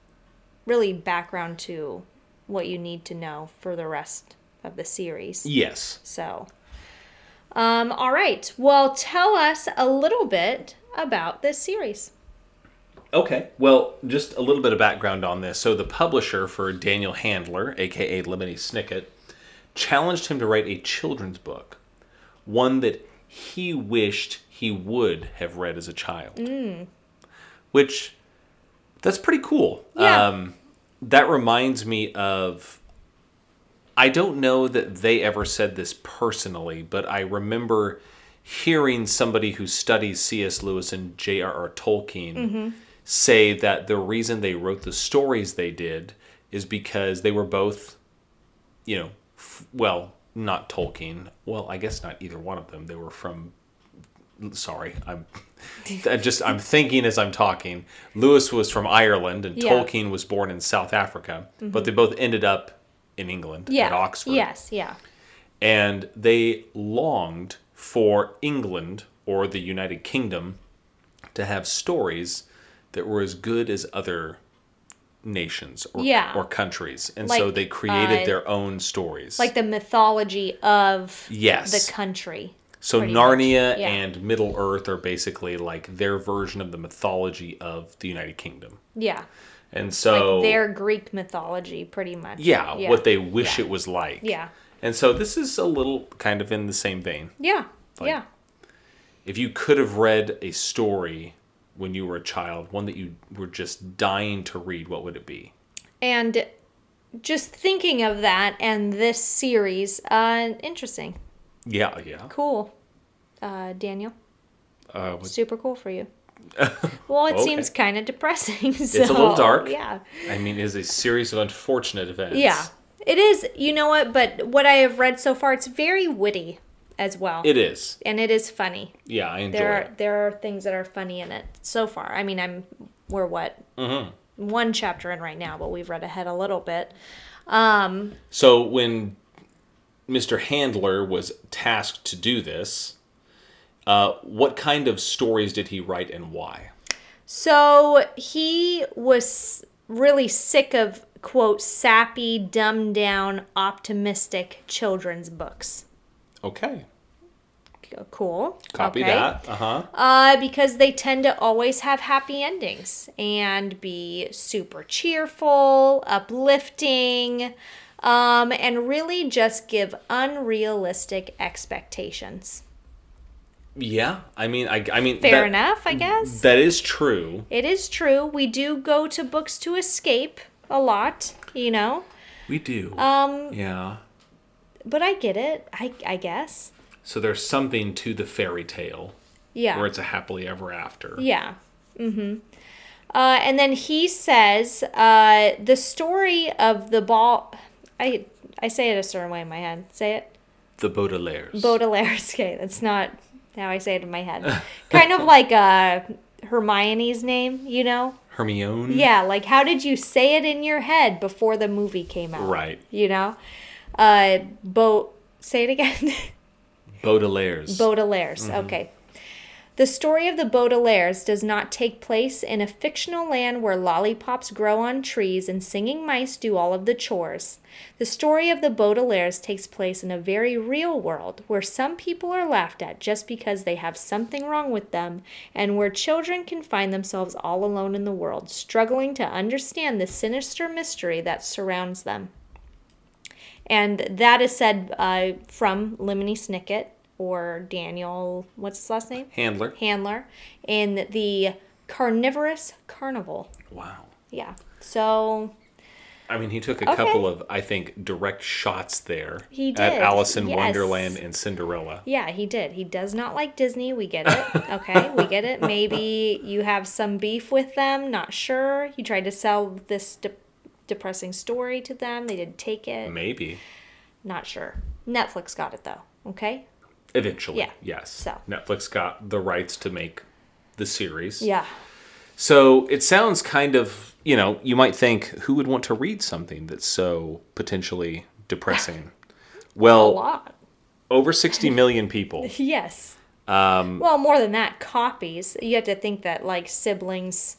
really background to what you need to know for the rest of the series. Yes. So, um, all right. Well, tell us a little bit about this series. Okay. Well, just a little bit of background on this. So the publisher for Daniel Handler, aka Lemony Snicket, challenged him to write a children's book, one that he wished he would have read as a child. Which that's pretty cool. Yeah. Um that reminds me of I don't know that they ever said this personally, but I remember hearing somebody who studies C.S. Lewis and J.R.R. Tolkien say that the reason they wrote the stories they did is because they were both, you know, f- well, not Tolkien. Well, I guess not either one of them. They were from. Sorry, I'm I just I'm thinking as I'm talking. Lewis was from Ireland, and Yeah. Mm-hmm. Tolkien was born in South Africa, but they both ended up in England Yeah. at Oxford Yes. Yeah. and they longed for England or the United Kingdom to have stories that were as good as other nations or, Yeah. or countries. And so Like, they created uh, their own stories. Like the mythology of Yes. the country. so pretty much, Narnia yeah. and Middle Earth are basically like their version of the mythology of the United Kingdom. Yeah. And so like their Greek mythology, pretty much. yeah, what they wish yeah. it was like. Yeah. And so this is a little kind of in the same vein. Yeah. Like- yeah. if you could have read a story when you were a child, one that you were just dying to read, what would it be? And just thinking of that and this series, uh, interesting, Yeah, yeah. cool, uh, Daniel. Uh, what- super cool for you. well, it Okay. seems kind of depressing. So, a little dark. Yeah. I mean, it is a series of unfortunate events. Yeah. It is, you know what, but what I have read so far, it's very witty as well. It is. and it is funny. Yeah, I enjoy There it. are there are things that are funny in it so far. I mean, I'm we're what? Mm-hmm. One chapter in right now, but we've read ahead a little bit. So when Mr. Handler was tasked to do this, uh, what kind of stories did he write and why? So he was really sick of quote sappy, dumbed down, optimistic children's books. Okay. Cool. Copy Okay. that. Uh huh. Uh, because they tend to always have happy endings and be super cheerful, uplifting, um, and really just give unrealistic expectations. Yeah. I mean, I, I mean, Fair that- Mm-hmm. enough, I guess. That is true. it is true. We do go to books to escape a lot, you know, We do. Um. Yeah. but I get it, I, I guess. So there's something to the fairy tale Yeah. where it's a happily ever after. Yeah. Mm-hmm. Uh, and then he says uh, the story of the ball. I I say it a certain way in my head. Say it. The Baudelaires. Baudelaire's okay, That's not how I say it in my head. kind of like uh, Hermione's name, you know? Hermione. Yeah. Like, how did you say it in your head before the movie came out? Right. You know? Uh, Bo. Say it again. Baudelaires. Baudelaire's. Okay. The story of the Baudelaires does not take place in a fictional land where lollipops grow on trees and singing mice do all of the chores. The story of the Baudelaires takes place in a very real world where some people are laughed at just because they have something wrong with them and where children can find themselves all alone in the world, struggling to understand the sinister mystery that surrounds them. And that is said uh, from Lemony Snicket or Daniel, what's his last name? Handler. Handler in the Carnivorous Carnival. Wow. Yeah. So I mean, he took a Okay. couple of, I think, direct shots there He at did, Alice in yes. Wonderland and Cinderella. Yeah, he did. He does not like Disney. We get it. Okay, we get it. Maybe you have some beef with them. Not sure. He tried to sell this de- depressing story to them. They didn't take it. Maybe Not sure. Netflix got it though. Okay. eventually, Yeah. yes. So. Netflix got the rights to make the series. Yeah. So it sounds kind of, you know, you might think who would want to read something that's so potentially depressing. A Well, lot. over 60 million people. Yes. Um, well, more than that, copies. You have to think that like siblings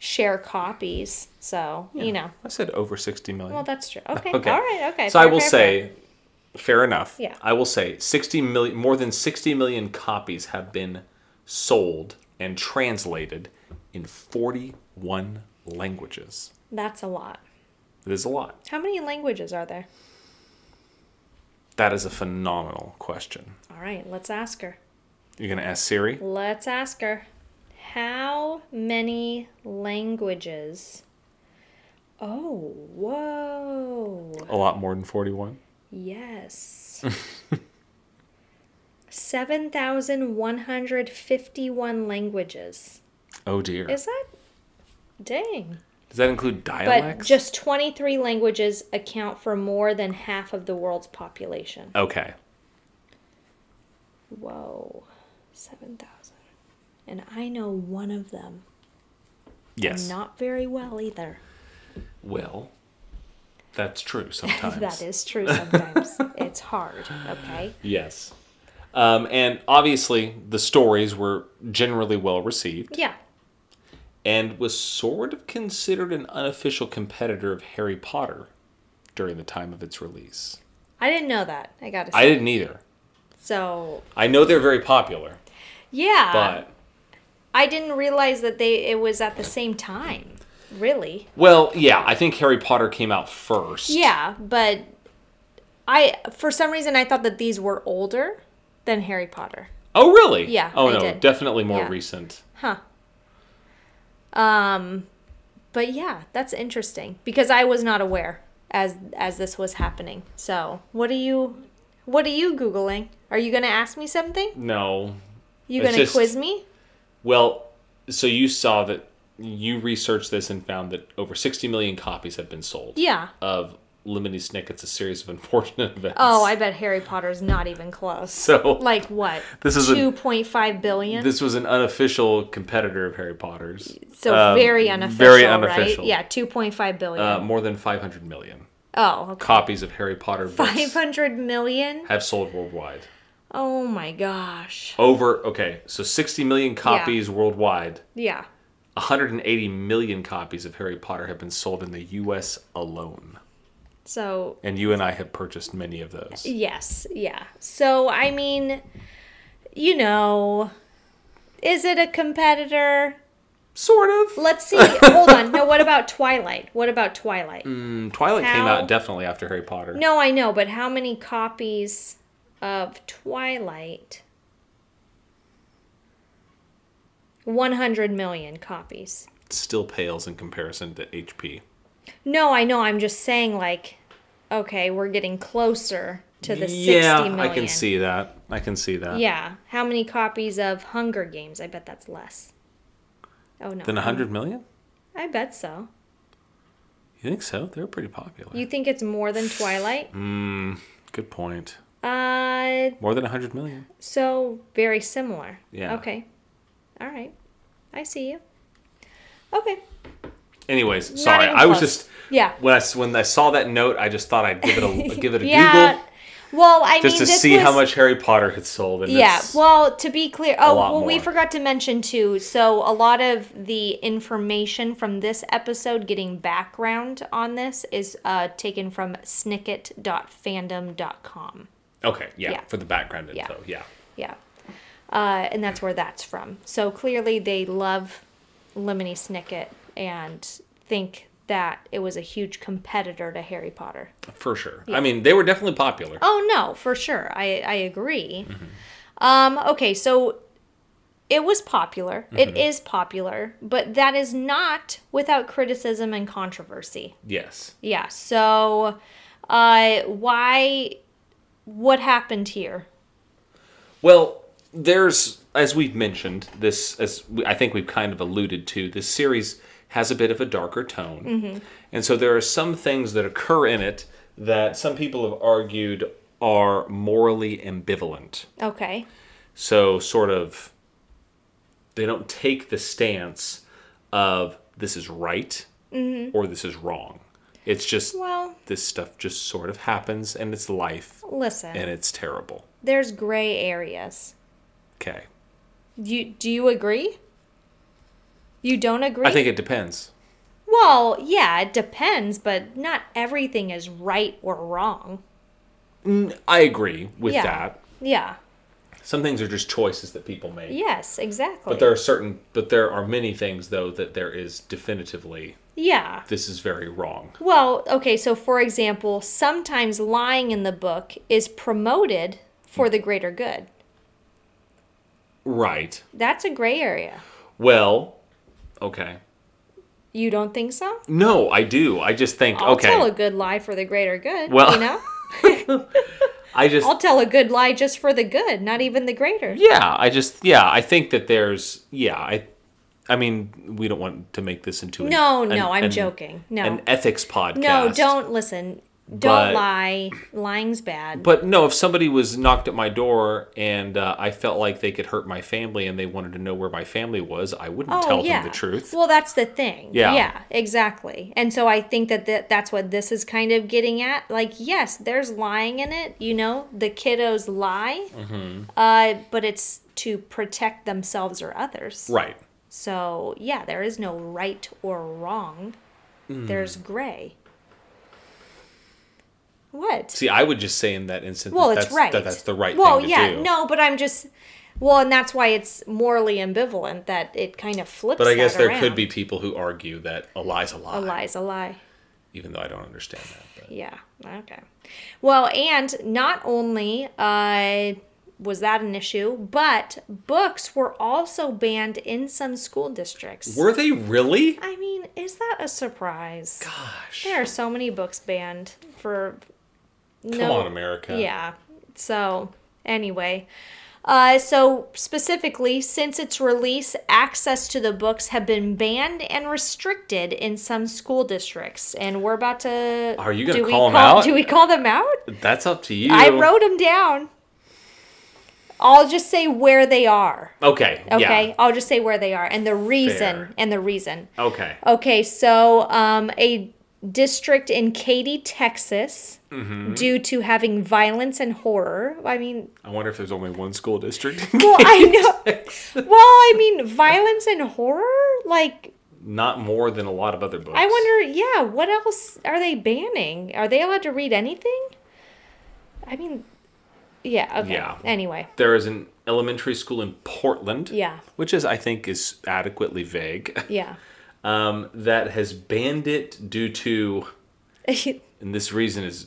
share copies. So you know. I said over 60 million. Well, that's true. Okay. Uh, Okay. All right. Okay. So I Fair, will fair, say, fair. fair enough. Yeah. I will say, sixty million, more than sixty million copies have been sold and translated in forty-one languages. that's a lot. It is a lot. How many languages are there? That is a phenomenal question. All right, let's ask her. You're gonna ask Siri. Let's ask her. How many languages? Oh, whoa. A lot more than forty-one. Yes. 7,151 languages. Oh dear. Is that? Dang. Does that include dialects? But just 23 languages account for more than half of the world's population. okay. Whoa. 7,000. And I know one of them. Yes. Not very well either. well, that's true sometimes. That is true sometimes. it's hard, okay? Yes. Um, and obviously, the stories were generally well received. Yeah. and was sort of considered an unofficial competitor of Harry Potter during the time of its release. I didn't know that. I got to say. I didn't either. so, I know they're very popular, yeah. but I didn't realize that they it was at the same time. Really? well, yeah, I think Harry Potter came out first. Yeah, but I for some reason I thought that these were older than Harry Potter. Oh, really? Yeah, Oh I no, did. definitely more Yeah. recent. Huh. Um but yeah, that's interesting because I was not aware as as this was happening. So, what are you what are you googling? Are you going to ask me something? No. You It's going to just- quiz me? Well, so you saw that you researched this and found that over 60 million copies have been sold Yeah. of Lemony Snicket's A Series of Unfortunate Events. Oh, I bet Harry Potter's not even close. So Like what? This is a- 2.5 billion. this was an unofficial competitor of Harry Potter's. So Um, very unofficial, very unofficial. right? Yeah, 2.5 billion. Uh, more than 500 million oh, okay. copies of Harry Potter books 500 million? have sold worldwide. Oh my gosh. Over, okay, so 60 million copies worldwide. Yeah. 180 million copies of Harry Potter have been sold in the US alone. So, And you and I have purchased many of those. yes, yeah. So, I mean, you know, is it a competitor? Sort of. Let's see. Hold on. No, what about Twilight? What about Twilight? Mm, Twilight came How- out definitely after Harry Potter. No, I know, but how many copies of Twilight? 100 million copies. Still pales in comparison to HP. No, I know. I'm just saying, like, okay, we're getting closer to the 60 yeah, million. I can see that. I can see that. Yeah. How many copies of Hunger Games? I bet that's less. Oh, no. Then 100 million? I bet so. You think so? They're pretty popular. You think it's more than Twilight? Mm. Good point. Uh, More than 100 million. so very similar. Yeah. Okay. All right. I see you. Okay. Anyways, sorry. even I was close. just Yeah. when I s- when I saw that note, I just thought I'd give it a give it a Yeah. Google. Well, I just mean, to this see how was- much Harry Potter had sold. And Yeah, it's- well, to be clear, oh, lot well, we more. forgot to mention too. So, a lot of the information from this episode, getting background on this, is uh, taken from snicket.fandom.com. okay, yeah, yeah. for the background Yeah. info, yeah. Yeah. Uh, and that's where that's from. So, clearly, they love Lemony Snicket and think that it was a huge competitor to Harry Potter. for sure. I mean, they were definitely popular. Oh no, for sure. I I agree. Um okay, so it was popular. Mm-hmm. It is popular, but that is not without criticism and controversy. Yes, Yeah. So uh why what happened here? Well, there's as we've mentioned this as we, I think we've kind of alluded to this series has a bit of a darker tone. Mm-hmm. And so there are some things that occur in it that some people have argued are morally ambivalent. Okay. So sort of they don't take the stance of this is right Mm-hmm. or this is wrong. It's just Well, this stuff just sort of happens and it's life listen. and it's terrible. there's gray areas. Okay. You do you agree? You don't agree? I think it depends. well, yeah, it depends, but not everything is right or wrong. I agree with Yeah. that. Yeah. Some things are just choices that people make. Yes, exactly. But there are certain but there are many things though that there is definitively yeah. this is very wrong. Well, okay, so for example, sometimes lying in the book is promoted for the greater good. Right. That's a gray area. Well, okay. You don't think so? No, I do. I just think I'll okay. tell a good lie for the greater good. Well- you know? I just I'll tell a good lie just for the good, not even the greater. yeah, I just yeah, I think that there's yeah, I I mean, we don't want to make this into an- No, an- no, I'm an- joking. No. An ethics podcast. no, don't listen. Don't But- lie. Lying's bad. But no, if somebody was knocked at my door and uh, I felt like they could hurt my family and they wanted to know where my family was, I wouldn't tell them the truth. Oh, Well, that's the thing. Yeah. Yeah, exactly. And so I think that th- that's what this is kind of getting at. Like, yes, there's lying in it, you know, the kiddos lie, Mm-hmm. uh, but it's to protect themselves or others. Right. So, yeah, there is no right or wrong, Mm. there's gray. What? See, I would just say in that instance, well, that it's that's, right. That that's the right well, thing to yeah, do. no, but I'm just. Well, and that's why it's morally ambivalent that it kind of flips. but I guess that there around. could be people who argue that a lie's a lie, A lie's a lie. even though I don't understand that. But. Yeah. Okay. Well, and not only uh, was that an issue, but books were also banned in some school districts. Were they really? I mean, is that a surprise? Gosh. There are so many books banned for. Come no, on, America. Yeah. So, anyway. Uh, so, specifically, since its release, access to the books have been banned and restricted in some school districts. And we're about to. Are you gonna do we call 'em out? Do we call them out? That's up to you. I wrote them down. I'll just say where they are. Okay. Okay. Yeah. I'll just say where they are and the reason. Fair. And the reason. Okay. Okay, so um, a district in Katy, Texas, Mm-hmm. due to having violence and horror. I mean, I wonder if there's only one school district. well, I know. Well, I mean, violence and horror. Like, Not more than a lot of other books. I wonder. Yeah, what else are they banning? Are they allowed to read anything? I mean, yeah. Okay. Yeah. Anyway, There is an elementary school in Portland. Yeah. Which is, I think, is adequately vague. yeah. Um, that has banned it due to, and this reason is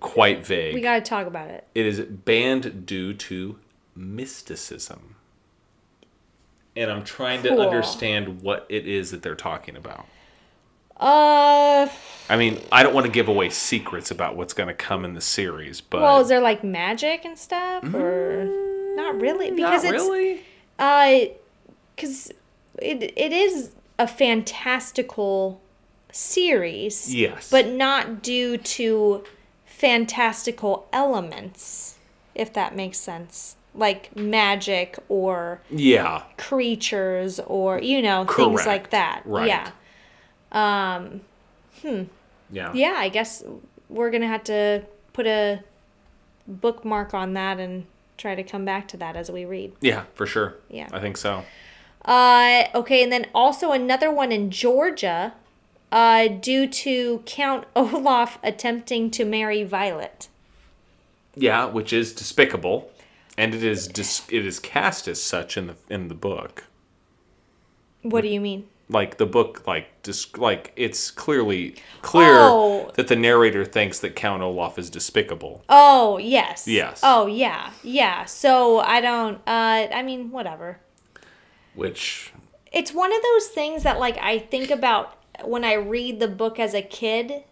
quite vague. we got to talk about it. It is banned due to mysticism. And I'm trying to Cool. understand what it is that they're talking about. Uh, I mean, I don't want to give away secrets about what's going to come in the series, but well, is there like magic and stuff, or not really? Because Mm-hmm. not it's really. Uh, cause it it is a fantastical series. Yes. But not due to fantastical elements, if that makes sense. Like magic or yeah, creatures or you know things Correct. like that. Right. Yeah. yeah, Yeah. I guess we're gonna have to put a bookmark on that and try to come back to that as we read. Yeah, for sure. Yeah. I think so. Uh, okay, and then also another one in Georgia uh, due to Count Olaf attempting to marry Violet. Yeah, which is despicable, and it is dis- it is cast as such in the in the book. What do you mean? Like the book, like dis- like it's clearly clear Oh. that the narrator thinks that Count Olaf is despicable. Oh, yes. Yes. Oh, yeah. Yeah. So I don't, uh, I mean, whatever. Which It's one of those things that, like, I think about when I read the book as a kid.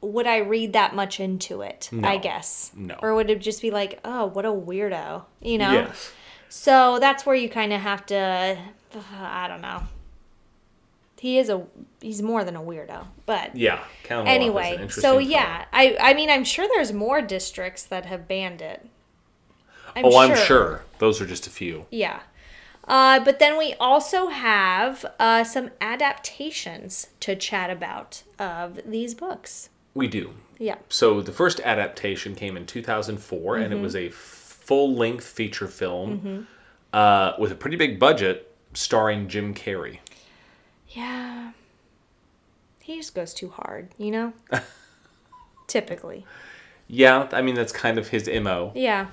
Would I read that much into it? I guess. No. Or would it just be like, oh, what a weirdo, you know? yes, So that's where you kind of have to. I don't know. He is a. He's more than a weirdo, but yeah. Count Olaf is an anyway. interesting So fellow. yeah, I. I mean, I'm sure there's more districts that have banned it. I'm oh, I'm sure those are just a few. Yeah. Uh, but then we also have uh, some adaptations to chat about of these books. We do. Yeah. So the first adaptation came in 2004, and it Mm-hmm. was a full-length feature film uh, with a pretty big budget, starring Jim Carrey. Yeah. He just goes too hard, you know? Typically. Yeah, I mean that's kind of his mo. Yeah.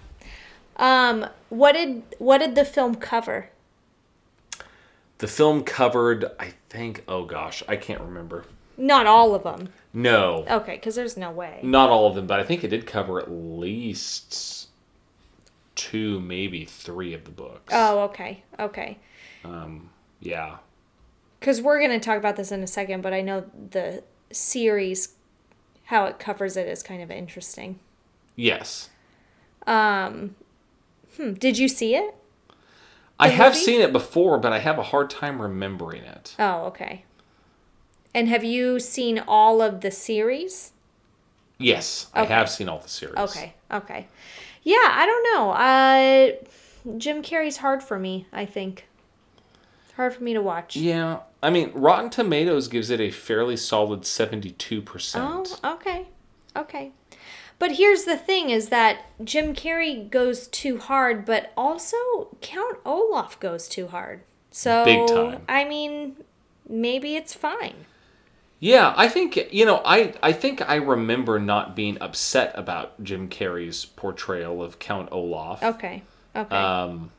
Um, what did what did the film cover? The film covered, I think. Oh gosh, I can't remember. Not all of them. No, Okay, because there's no way. not all of them, but I think it did cover at least two, maybe three of the books. Oh, okay, okay. Yeah. Because we're gonna talk about this in a second, but I know the series, how it covers it is kind of interesting. Yes. Hmm, Did you see it? I have movie? seen it before, but I have a hard time remembering it. Oh, okay. And have you seen all of the series? Yes, I Okay. have seen all the series. Okay, okay. Yeah, I don't know. Uh, Jim Carrey's hard for me. I think hard for me to watch. Yeah, I mean, Rotten Tomatoes gives it a fairly solid seventy-two Oh, percent. okay. Okay. But here's the thing is that Jim Carrey goes too hard, but also Count Olaf goes too hard. So Big time. I mean, maybe it's fine. Yeah, I think you know, I I think I remember not being upset about Jim Carrey's portrayal of Count Olaf. Okay. Okay. Um,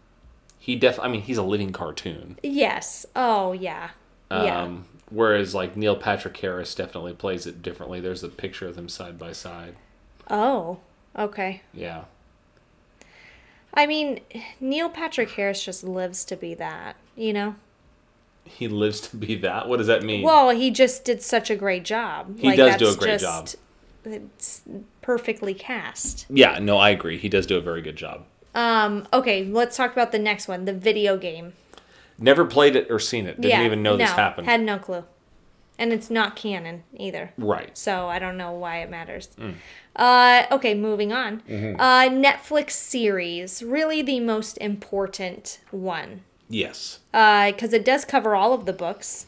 he def, I mean, he's a living cartoon. yes. Oh yeah. yeah. Um, whereas like Neil Patrick Harris definitely plays it differently. There's a picture of them side by side. Oh. Okay. Yeah. I mean, Neil Patrick Harris just lives to be that, you know? He lives to be that. What does that mean? Well, he just did such a great job. He does do a great job. It's perfectly cast. yeah, no, I agree. He does do a very good job. Um, okay, let's talk about the next one, the video game. Never played it or seen it. Didn't even know this no, happened. Had no clue. And it's not canon either. right. Mm. So I don't know why it matters. Uh, okay, moving on. Mm-hmm. Uh, Netflix series, really the most important one. Yes. Uh, Because it does cover all of the books.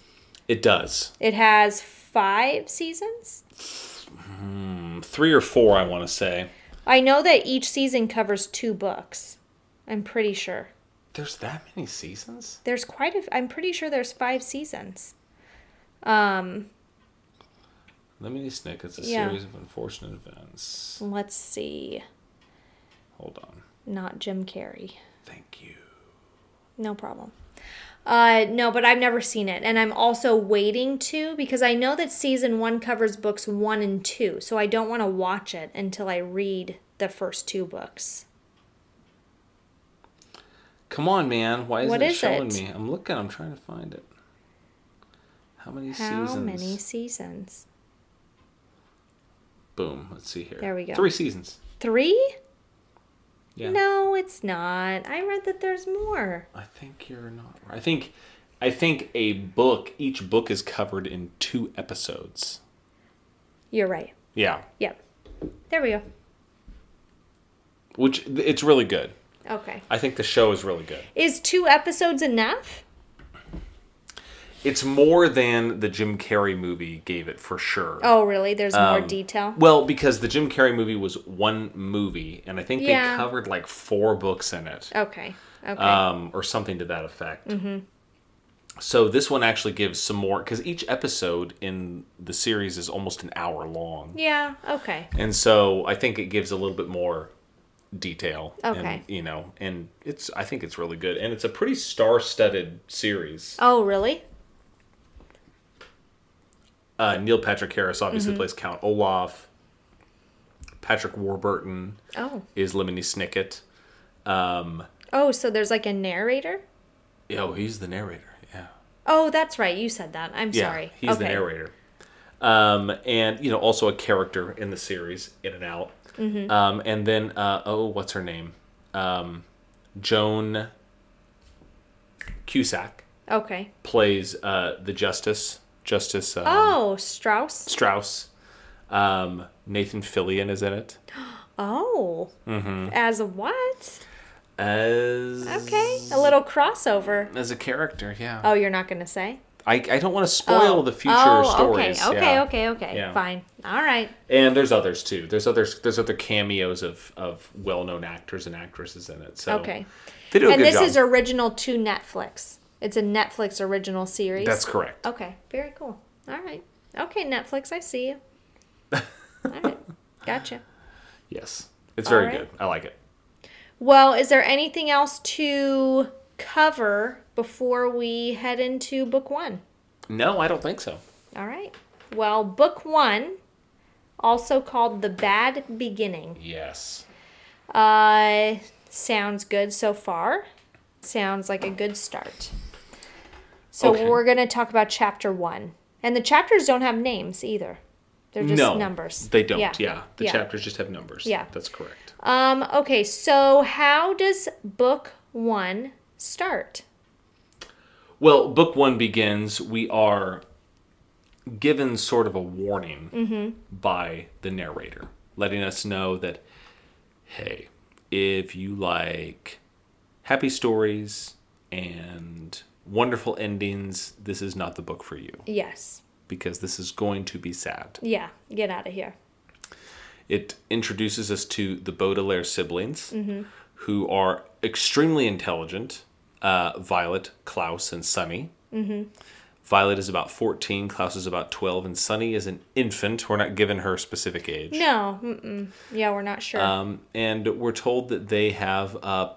It does. It has five seasons. Three or four, I want to say. I know that each season covers two books. I'm pretty sure. There's that many seasons? There's quite a. f- I'm pretty sure there's five seasons. Lemony Snicket's a Yeah. series of unfortunate events. Let's see. Hold on. Not Jim Carrey. Thank you. No problem. Uh, no, but I've never seen it. And I'm also waiting to because I know that season one covers books one and two. So I don't want to watch it until I read the first two books. Come on, man. Why isn't What it is showing it? me? I'm looking. I'm trying to find it. How many How seasons? many seasons? Boom. Let's see here. There we go. Three seasons. Three? Yeah. No, it's not. I read that there's more. I think you're not right. I think I think a book each book is covered in two episodes. You're right. Yeah. Yep. There we go. Which it's really good. Okay. I think the show is really good. Is two episodes enough? It's more than the Jim Carrey movie gave it for sure. Oh, really? There's Um, more detail. Well, because the Jim Carrey movie was one movie, and I think Yeah. they covered like four books in it, Okay. Mm-hmm. Okay. um, or something to that effect. So this one actually gives some more because each episode in the series is almost an hour long, yeah. Okay. and so I think it gives a little bit more detail. Okay. and, you know, and it's I think it's really good, and it's a pretty star-studded series. Oh, really? Uh, Neil Patrick Harris Mm-hmm. obviously plays Count Olaf. Patrick Warburton Oh. is Lemony Snicket. Oh, so there's like a narrator? Oh, he's the narrator. Yeah. Oh, that's right. You said that. I'm sorry. Yeah, he's the Okay. narrator. Um, and you know, also a character in the series, in and out. Mm-hmm. Um, and then uh, oh, what's her name? Um, Joan Cusack Okay. plays uh, the Justice Justice um, Oh, Strauss. Strauss. Um, Nathan Fillion is in it Oh. Mm-hmm. As a what? as Okay. A little crossover. as a character. Yeah, Oh, you're not going to say? I, I don't want to spoil the future oh, stories. Okay. Okay. yeah. Okay. Okay. Yeah. Fine. All right. and there's others too. There's others. There's other cameos of of well known actors and actresses in it. So Okay. they do a and good this job. is original to Netflix. It's a Netflix original series. That's correct. Okay, very cool. All right. Okay, Netflix, I see you. All right. Gotcha. Yes, it's very All right. good. I like it. Well, is there anything else to cover before we head into book one? No, I don't think so. All right. Well, book one, also called The Bad Beginning. Yes. Uh, sounds good so far. Sounds like a good start. So Okay. we're going to talk about chapter one. And the chapters don't have names either. They're just no numbers. They don't. Yeah. The yeah. chapters just have numbers. Yeah. That's correct. Um, okay, so how does book one start? Well, book one begins. We are given sort of a warning by the narrator, letting us know that, hey, if you like happy stories and wonderful endings, this is not the book for you Yes. because this is going to be sad. Yeah, get out of here. It introduces us to the Baudelaire siblings, Mm-hmm. who are extremely intelligent uh, Violet, Klaus, and Sunny. Mm-hmm. Violet is about 14, Klaus is about 12, and Sunny is an infant. We're not given her specific age. No. Mm-mm. Yeah, we're not sure. Um, and we're told that they have uh,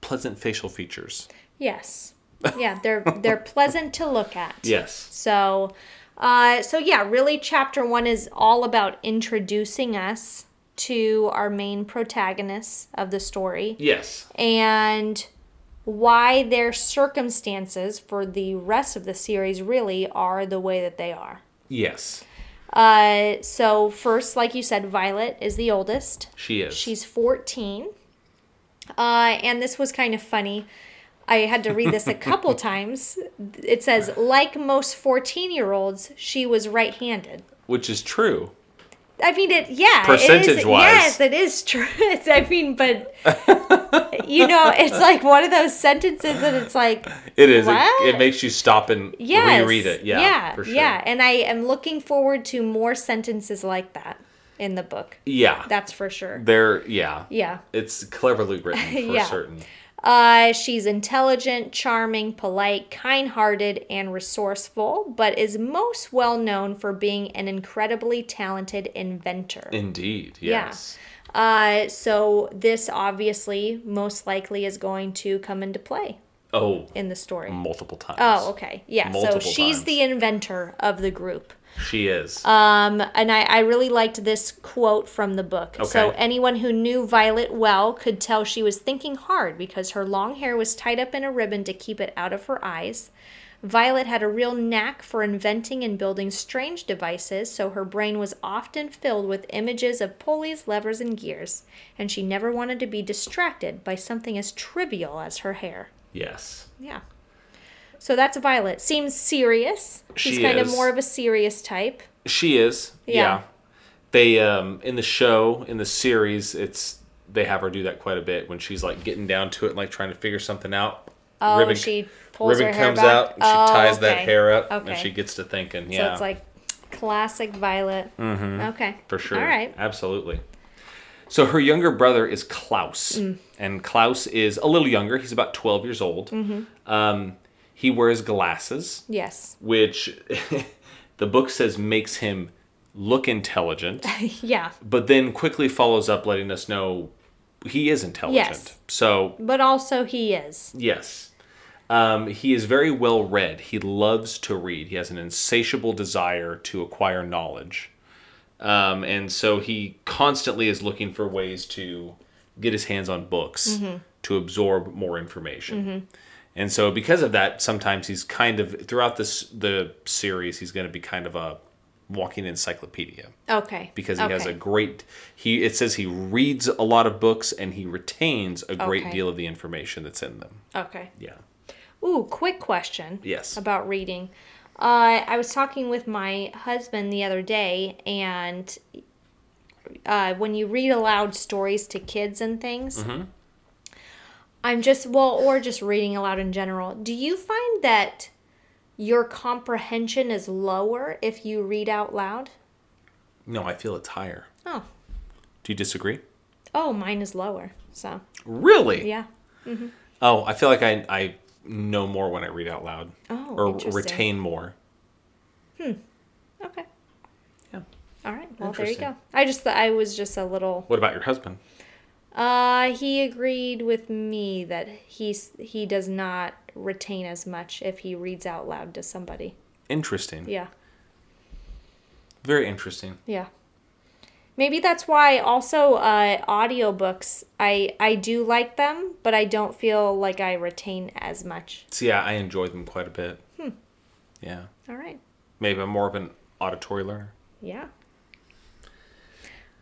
pleasant facial features. yes. Yeah, they're they're pleasant to look at. Yes. So, uh, so yeah, really, chapter one is all about introducing us to our main protagonists of the story Yes. and why their circumstances for the rest of the series really are the way that they are. Yes. Uh, so first, like you said, Violet is the oldest. She is. She's 14. Uh, and this was kind of funny. I had to read this a couple times. It says, like most 14 year olds, she was right handed. Which is true. I mean, it, yeah. it is, Percentage-wise. Yes, it is true. It's- I mean, but, you know, it's like one of those sentences that it's like, It is. It, What? it makes you stop and yes. reread it. Yeah. Yeah. For sure. yeah. And I am looking forward to more sentences like that in the book. Yeah. That's for sure. They're yeah. Yeah. It's cleverly written for Yeah. certain. Uh, she's intelligent, charming, polite, kind hearted, and resourceful, but is most well known for being an incredibly talented inventor. Indeed. Yeah. Yes. Uh, so, this obviously most likely is going to come into play Oh, in the story. multiple times. Oh, okay. Yeah. Multiple so, she's times. the inventor of the group. She is. Um, and I, I really liked this quote from the book. So Okay. anyone who knew Violet well could tell she was thinking hard because her long hair was tied up in a ribbon to keep it out of her eyes. Violet had a real knack for inventing and building strange devices, so her brain was often filled with images of pulleys, levers, and gears, and she never wanted to be distracted by something as trivial as her hair. yes. Yeah. So that's Violet. Seems serious. She's She kind of is. more of a serious type. She is. Yeah. Yeah. They um in the show, in the series, it's they have her do that quite a bit when she's like getting down to it and like trying to figure something out. Oh, ribbon, she pulls ribbon her hair comes back? out and she Oh, ties that okay. hair up and Okay. she gets to thinking. So Yeah, Mm-hmm. it's like classic Violet. Okay. for sure. All right. absolutely. So her younger brother is Klaus, Mm. and Klaus is a little younger. He's about twelve years old. Mm-hmm. Um, he wears glasses, Yes. which the book says makes him look intelligent. Yeah. but then quickly follows up letting us know he is intelligent. Yes. So, But also he is. yes. Um, he is very well read. He loves to read. He has an insatiable desire to acquire knowledge. Um, and so he constantly is looking for ways to get his hands on books Mm-hmm. to absorb more information. And so because of that, sometimes he's kind of throughout this the series, he's going to be kind of a walking encyclopedia Okay. because he has a Okay. great he it says he reads a lot of books and he retains a great Okay. deal of the information that's in them Okay. yeah Ooh, quick question. yes About reading. Uh, I was talking with my husband the other day, and uh, when you read aloud stories to kids and things, Mm-hmm. I'm just, well, or just reading aloud in general, do you find that your comprehension is lower if you read out loud? no i feel it's higher Oh, do you disagree oh, mine is lower. So, really yeah. oh i feel like i i know more when i read out loud Oh, or interesting. retain more Okay. Yeah. All right. Well, there you Interesting. go. I just thought I was just a little. what about your husband Uh, he agreed with me that he's he does not retain as much if he reads out loud to somebody. interesting Yeah. very interesting Yeah. Maybe that's why also uh audiobooks I I do like them, but I don't feel like I retain as much. so yeah i enjoy them quite a bit Hmm. yeah All right. maybe i'm more of an auditory learner Yeah.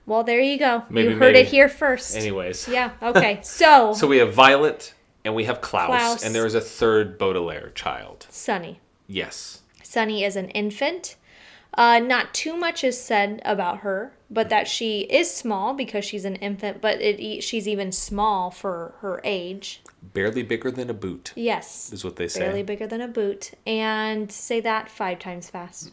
Well, there you go. Maybe- you heard maybe. it here first. anyways Yeah. Okay. So, so we have violet and we have Klaus. klaus. and there is a third baudelaire child Sunny. yes Sunny is an infant. Uh, not too much is said about her, but that she is small because she's an infant, but it, e- she's even small for her age. barely bigger than a boot Yes. is what they say. Barely bigger than a boot. And say that five times fast.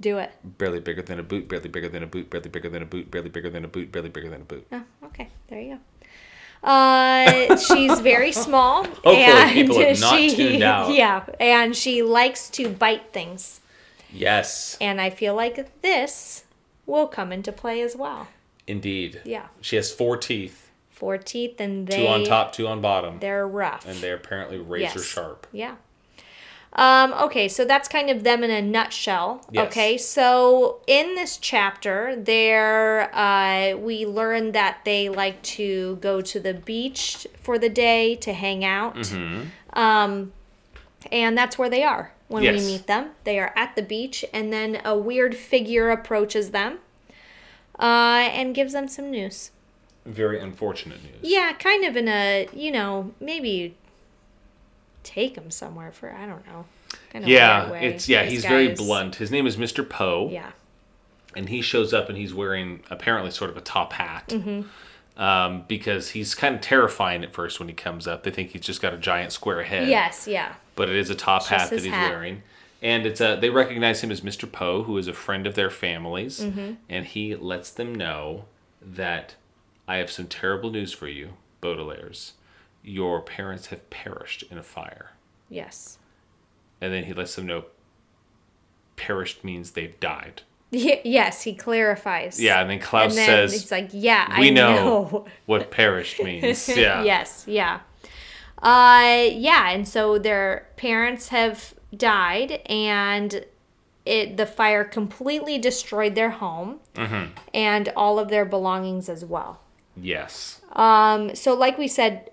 Do it. Barely bigger than a boot, barely bigger than a boot, barely bigger than a boot, barely bigger than a boot, barely bigger than a boot. Oh, okay. There you go. Uh, she's very small. Hopefully and people have not she, tuned out. Yeah. And she likes to bite things. Yes, And I feel like this will come into play as well. indeed. Yeah. She has four teeth, four teeth and two they on top, two on bottom, they're rough and they're apparently razor Yes. sharp. yeah um okay so that's kind of them in a nutshell Yes. okay so in this chapter there uh we learn that they like to go to the beach for the day to hang out um and that's where they are when Mm-hmm. Yes. we meet them they are at the beach and then a weird figure approaches them uh and gives them some news Very unfortunate news. Yeah, kind of in a you know maybe take him somewhere for I don't know. Kind Yeah, weird way. it's yeah. This He's guy very is- blunt. His name is Mr. Poe, Yeah, and he shows up and he's wearing apparently sort of a top hat, Mm-hmm. um, because he's kind of terrifying at first when he comes up. They think he's just got a giant square head. yes, yeah, but it is a top just hat that his he's hat. wearing. And it's a, they recognize him as Mr. Poe, who is a friend of their families, Mm-hmm. and he lets them know that I have some terrible news for you, Baudelaires. Your parents have perished in a fire. yes, And then he lets them know perished means they've died. Ye- yes. He clarifies. Yeah, and then Klaus and then says, he's like, "Yeah, We I know. know." what perished means. Yeah. yes, yeah, uh, yeah. And so their parents have died, and it the fire completely destroyed their home Mm-hmm. and all of their belongings as well. Yes. Um, so like we said,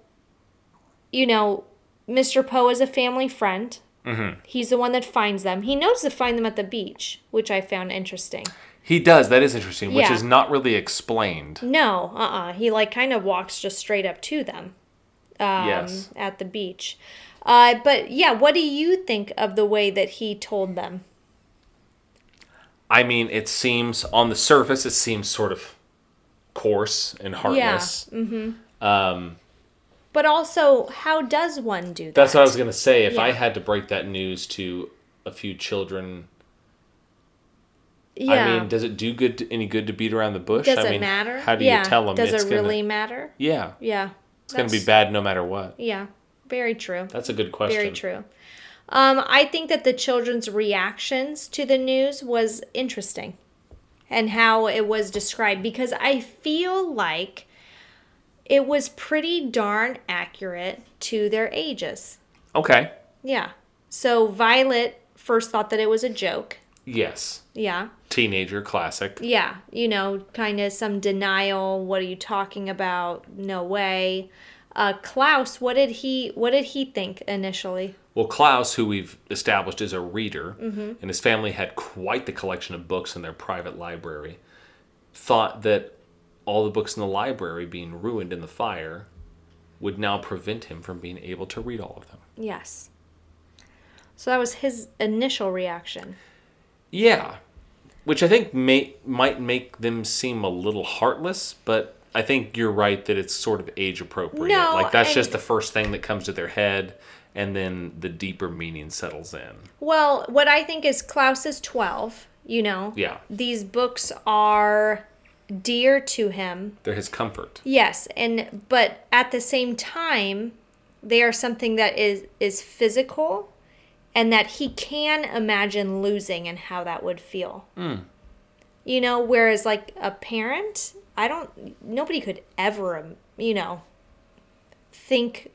you know, Mr. Poe is a family friend. Mm-hmm. He's the one that finds them. He knows to find them at the beach, which I found interesting. He does. That is interesting, which Yeah. is not really explained. No, uh uh He like kind of walks just straight up to them Um, yes. at the beach. Uh, but yeah, what do you think of the way that he told them? I mean, it seems on the surface, it seems sort of coarse and heartless. But But also, how does one do that? That's what I was gonna say. If I Yeah. had to break that news to a few children, Yeah. I mean, does it do good any good to beat around the bush? does I it mean, matter? How do yeah. you tell them? Does it's it gonna, really matter? Yeah, Yeah. it's gonna be bad no matter what. Yeah. Very true. That's a good question. Very true. Um, I think that the children's reactions to the news was interesting and how it was described because I feel like it was pretty darn accurate to their ages. Okay. Yeah. So Violet first thought that it was a joke. Yes. Yeah. Teenager classic. Yeah. You know, kind of some denial. What are you talking about? No way. Uh, Klaus, what did he what did he think initially? Well, Klaus, who we've established is a reader, Mm-hmm. and his family had quite the collection of books in their private library, thought that all the books in the library being ruined in the fire would now prevent him from being able to read all of them. Yes. So that was his initial reaction. Yeah, which I think may might make them seem a little heartless, but I think you're right that it's sort of age appropriate. No, like that's and- just the first thing that comes to their head, and then the deeper meaning settles in. Well, what I think is Klaus is 12, you know. Yeah. These books are dear to him. They're his comfort. Yes, and but at the same time, they are something that is is physical and that he can imagine losing and how that would feel. You know, whereas like a parent, I don't nobody could ever, um, you know, think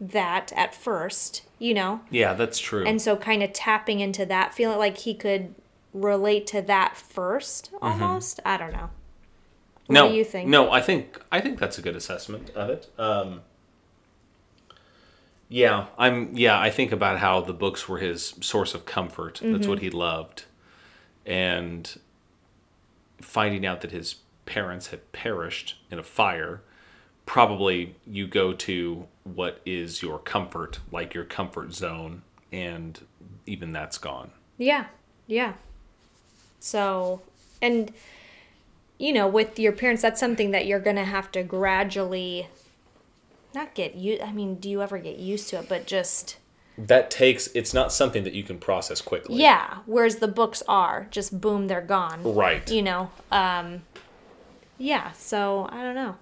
that at first, you know. Yeah, that's true. And so kind of tapping into that feeling like he could relate to that first almost. I don't know. no, do you think? No, I think I think that's a good assessment of it. Um, yeah, I'm. Yeah, I think about how the books were his source of comfort. That's Mm-hmm. what he loved, and finding out that his parents had perished in a fire. Probably you go to what is your comfort, like your comfort zone, and even that's gone. Yeah. Yeah. So, and you know, with your parents that's something that you're going to have to gradually not get you I mean, do you ever get used to it, but just That takes. It's not something that you can process quickly. yeah, whereas the books are just boom, they're gone. Right. You know, um yeah, so I don't know.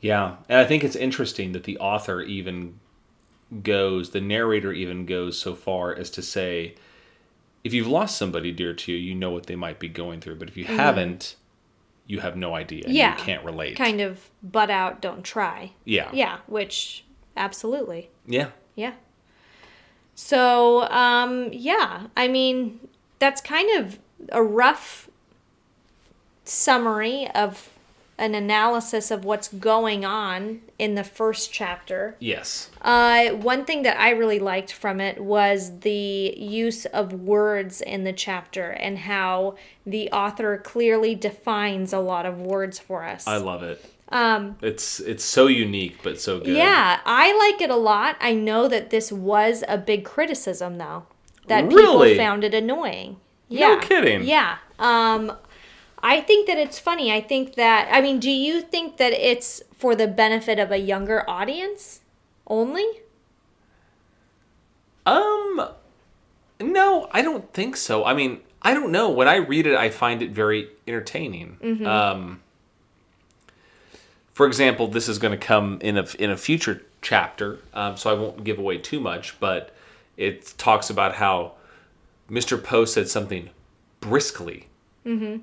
Yeah, and I think it's interesting that the author even goes, the narrator even goes so far as to say, if you've lost somebody dear to you, you know what they might be going through, but if you haven't, you have no idea. and Mm-hmm. Yeah, you can't relate. Kind of butt out, don't try. Yeah, Yeah, which absolutely. yeah. Yeah. So, um, yeah, I mean, that's kind of a rough summary of an analysis of what's going on in the first chapter. Yes. Uh, one thing that I really liked from it was the use of words in the chapter and how the author clearly defines a lot of words for us. I love it. Um, it's it's so unique, but so good. Yeah, I like it a lot. I know that this was a big criticism though. That Really? people found it annoying. No Yeah. kidding. Yeah. Um I think that it's funny. I think that I mean, do you think that it's for the benefit of a younger audience only? Um, no, I don't think so. I mean, I don't know. When I read it, I find it very entertaining. Um, for example, this is going to come in a in a future chapter, um, so I won't give away too much. But it talks about how Mr. Poe said something briskly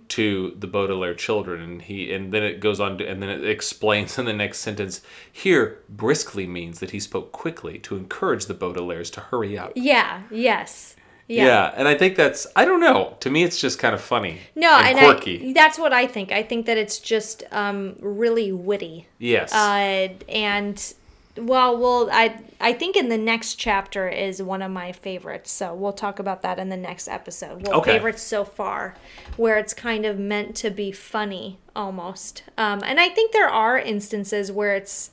to the Baudelaire children, and he and then it goes on to, and then it explains in the next sentence. Here, briskly means that he spoke quickly to encourage the Baudelaires to hurry up. Yeah, yes. Yeah. and I think that's I don't know. To me, it's just kind of funny. No, and, quirky. I, that's what I think. I think that it's just um, really witty. yes, Uh, and well, well, I I think in the next chapter is one of my favorites, so we'll talk about that in the next episode. Well, Okay. favorites so far, where it's kind of meant to be funny almost, um, and I think there are instances where it's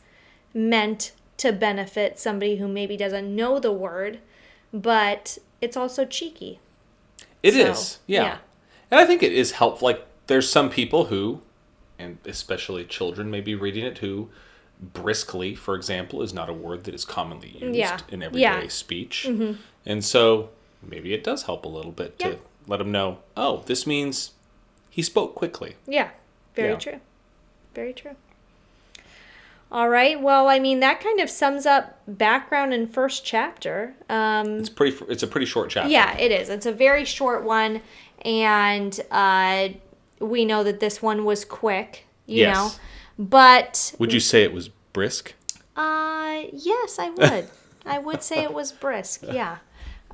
meant to benefit somebody who maybe doesn't know the word, but it's also cheeky. It is. so, Yeah. yeah. and I think it is helpful. Like there's some people who, and especially children, may be reading it who briskly, for example, is not a word that is commonly used Yeah. in Yeah. Mm-hmm. everyday speech. And so maybe it does help a little bit Yeah. to let them know, oh, this means he spoke quickly. Yeah, very Yeah. true. Very true. All right. Well, I mean, that kind of sums up background in first chapter. Um, It's pretty. It's a pretty short chapter. yeah, it is. It's a very short one, and uh, we know that this one was quick. You Yes. know, but Would you say it was brisk? uh, yes, I would. I would say it was brisk. Yeah.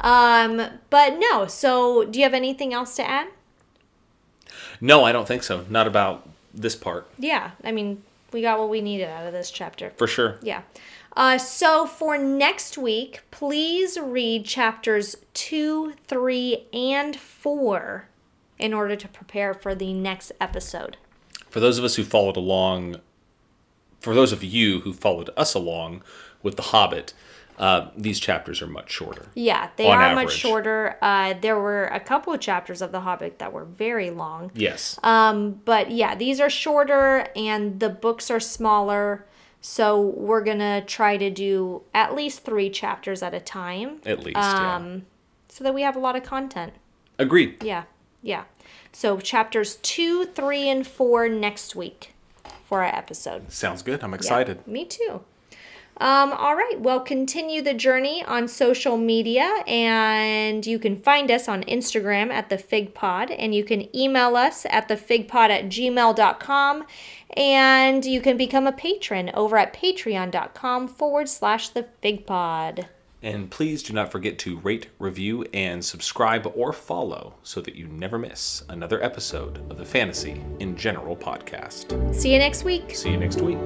Um, but no. So, do you have anything else to add? No, I don't think so. Not about this part Yeah. I mean, we got what we needed out of this chapter. for sure. Yeah. Uh, so for next week, please read chapters two, three, and four in order to prepare for the next episode. For those of us who followed along, for those of you who followed us along with The Hobbit, uh, these chapters are much shorter. Yeah, they On are much average. shorter. Uh, there were a couple of chapters of The Hobbit that were very long. Yes. But yeah, these are shorter and the books are smaller. So we're going to try to do at least three chapters at a time at least. yeah. so that we have a lot of content. Agreed. Yeah, yeah. So chapters two, three, and four next week for our episode. Sounds good. I'm excited. Me too. Um, all right, well, continue the journey on social media, and you can find us on Instagram at the Fig Pod, and you can email us at the figpod at gmail.com, and you can become a patron over at patreon.com forward slash the Fig Pod. And please do not forget to rate, review, and subscribe or follow so that you never miss another episode of the Fantasy in General podcast. See you next week. See you next week.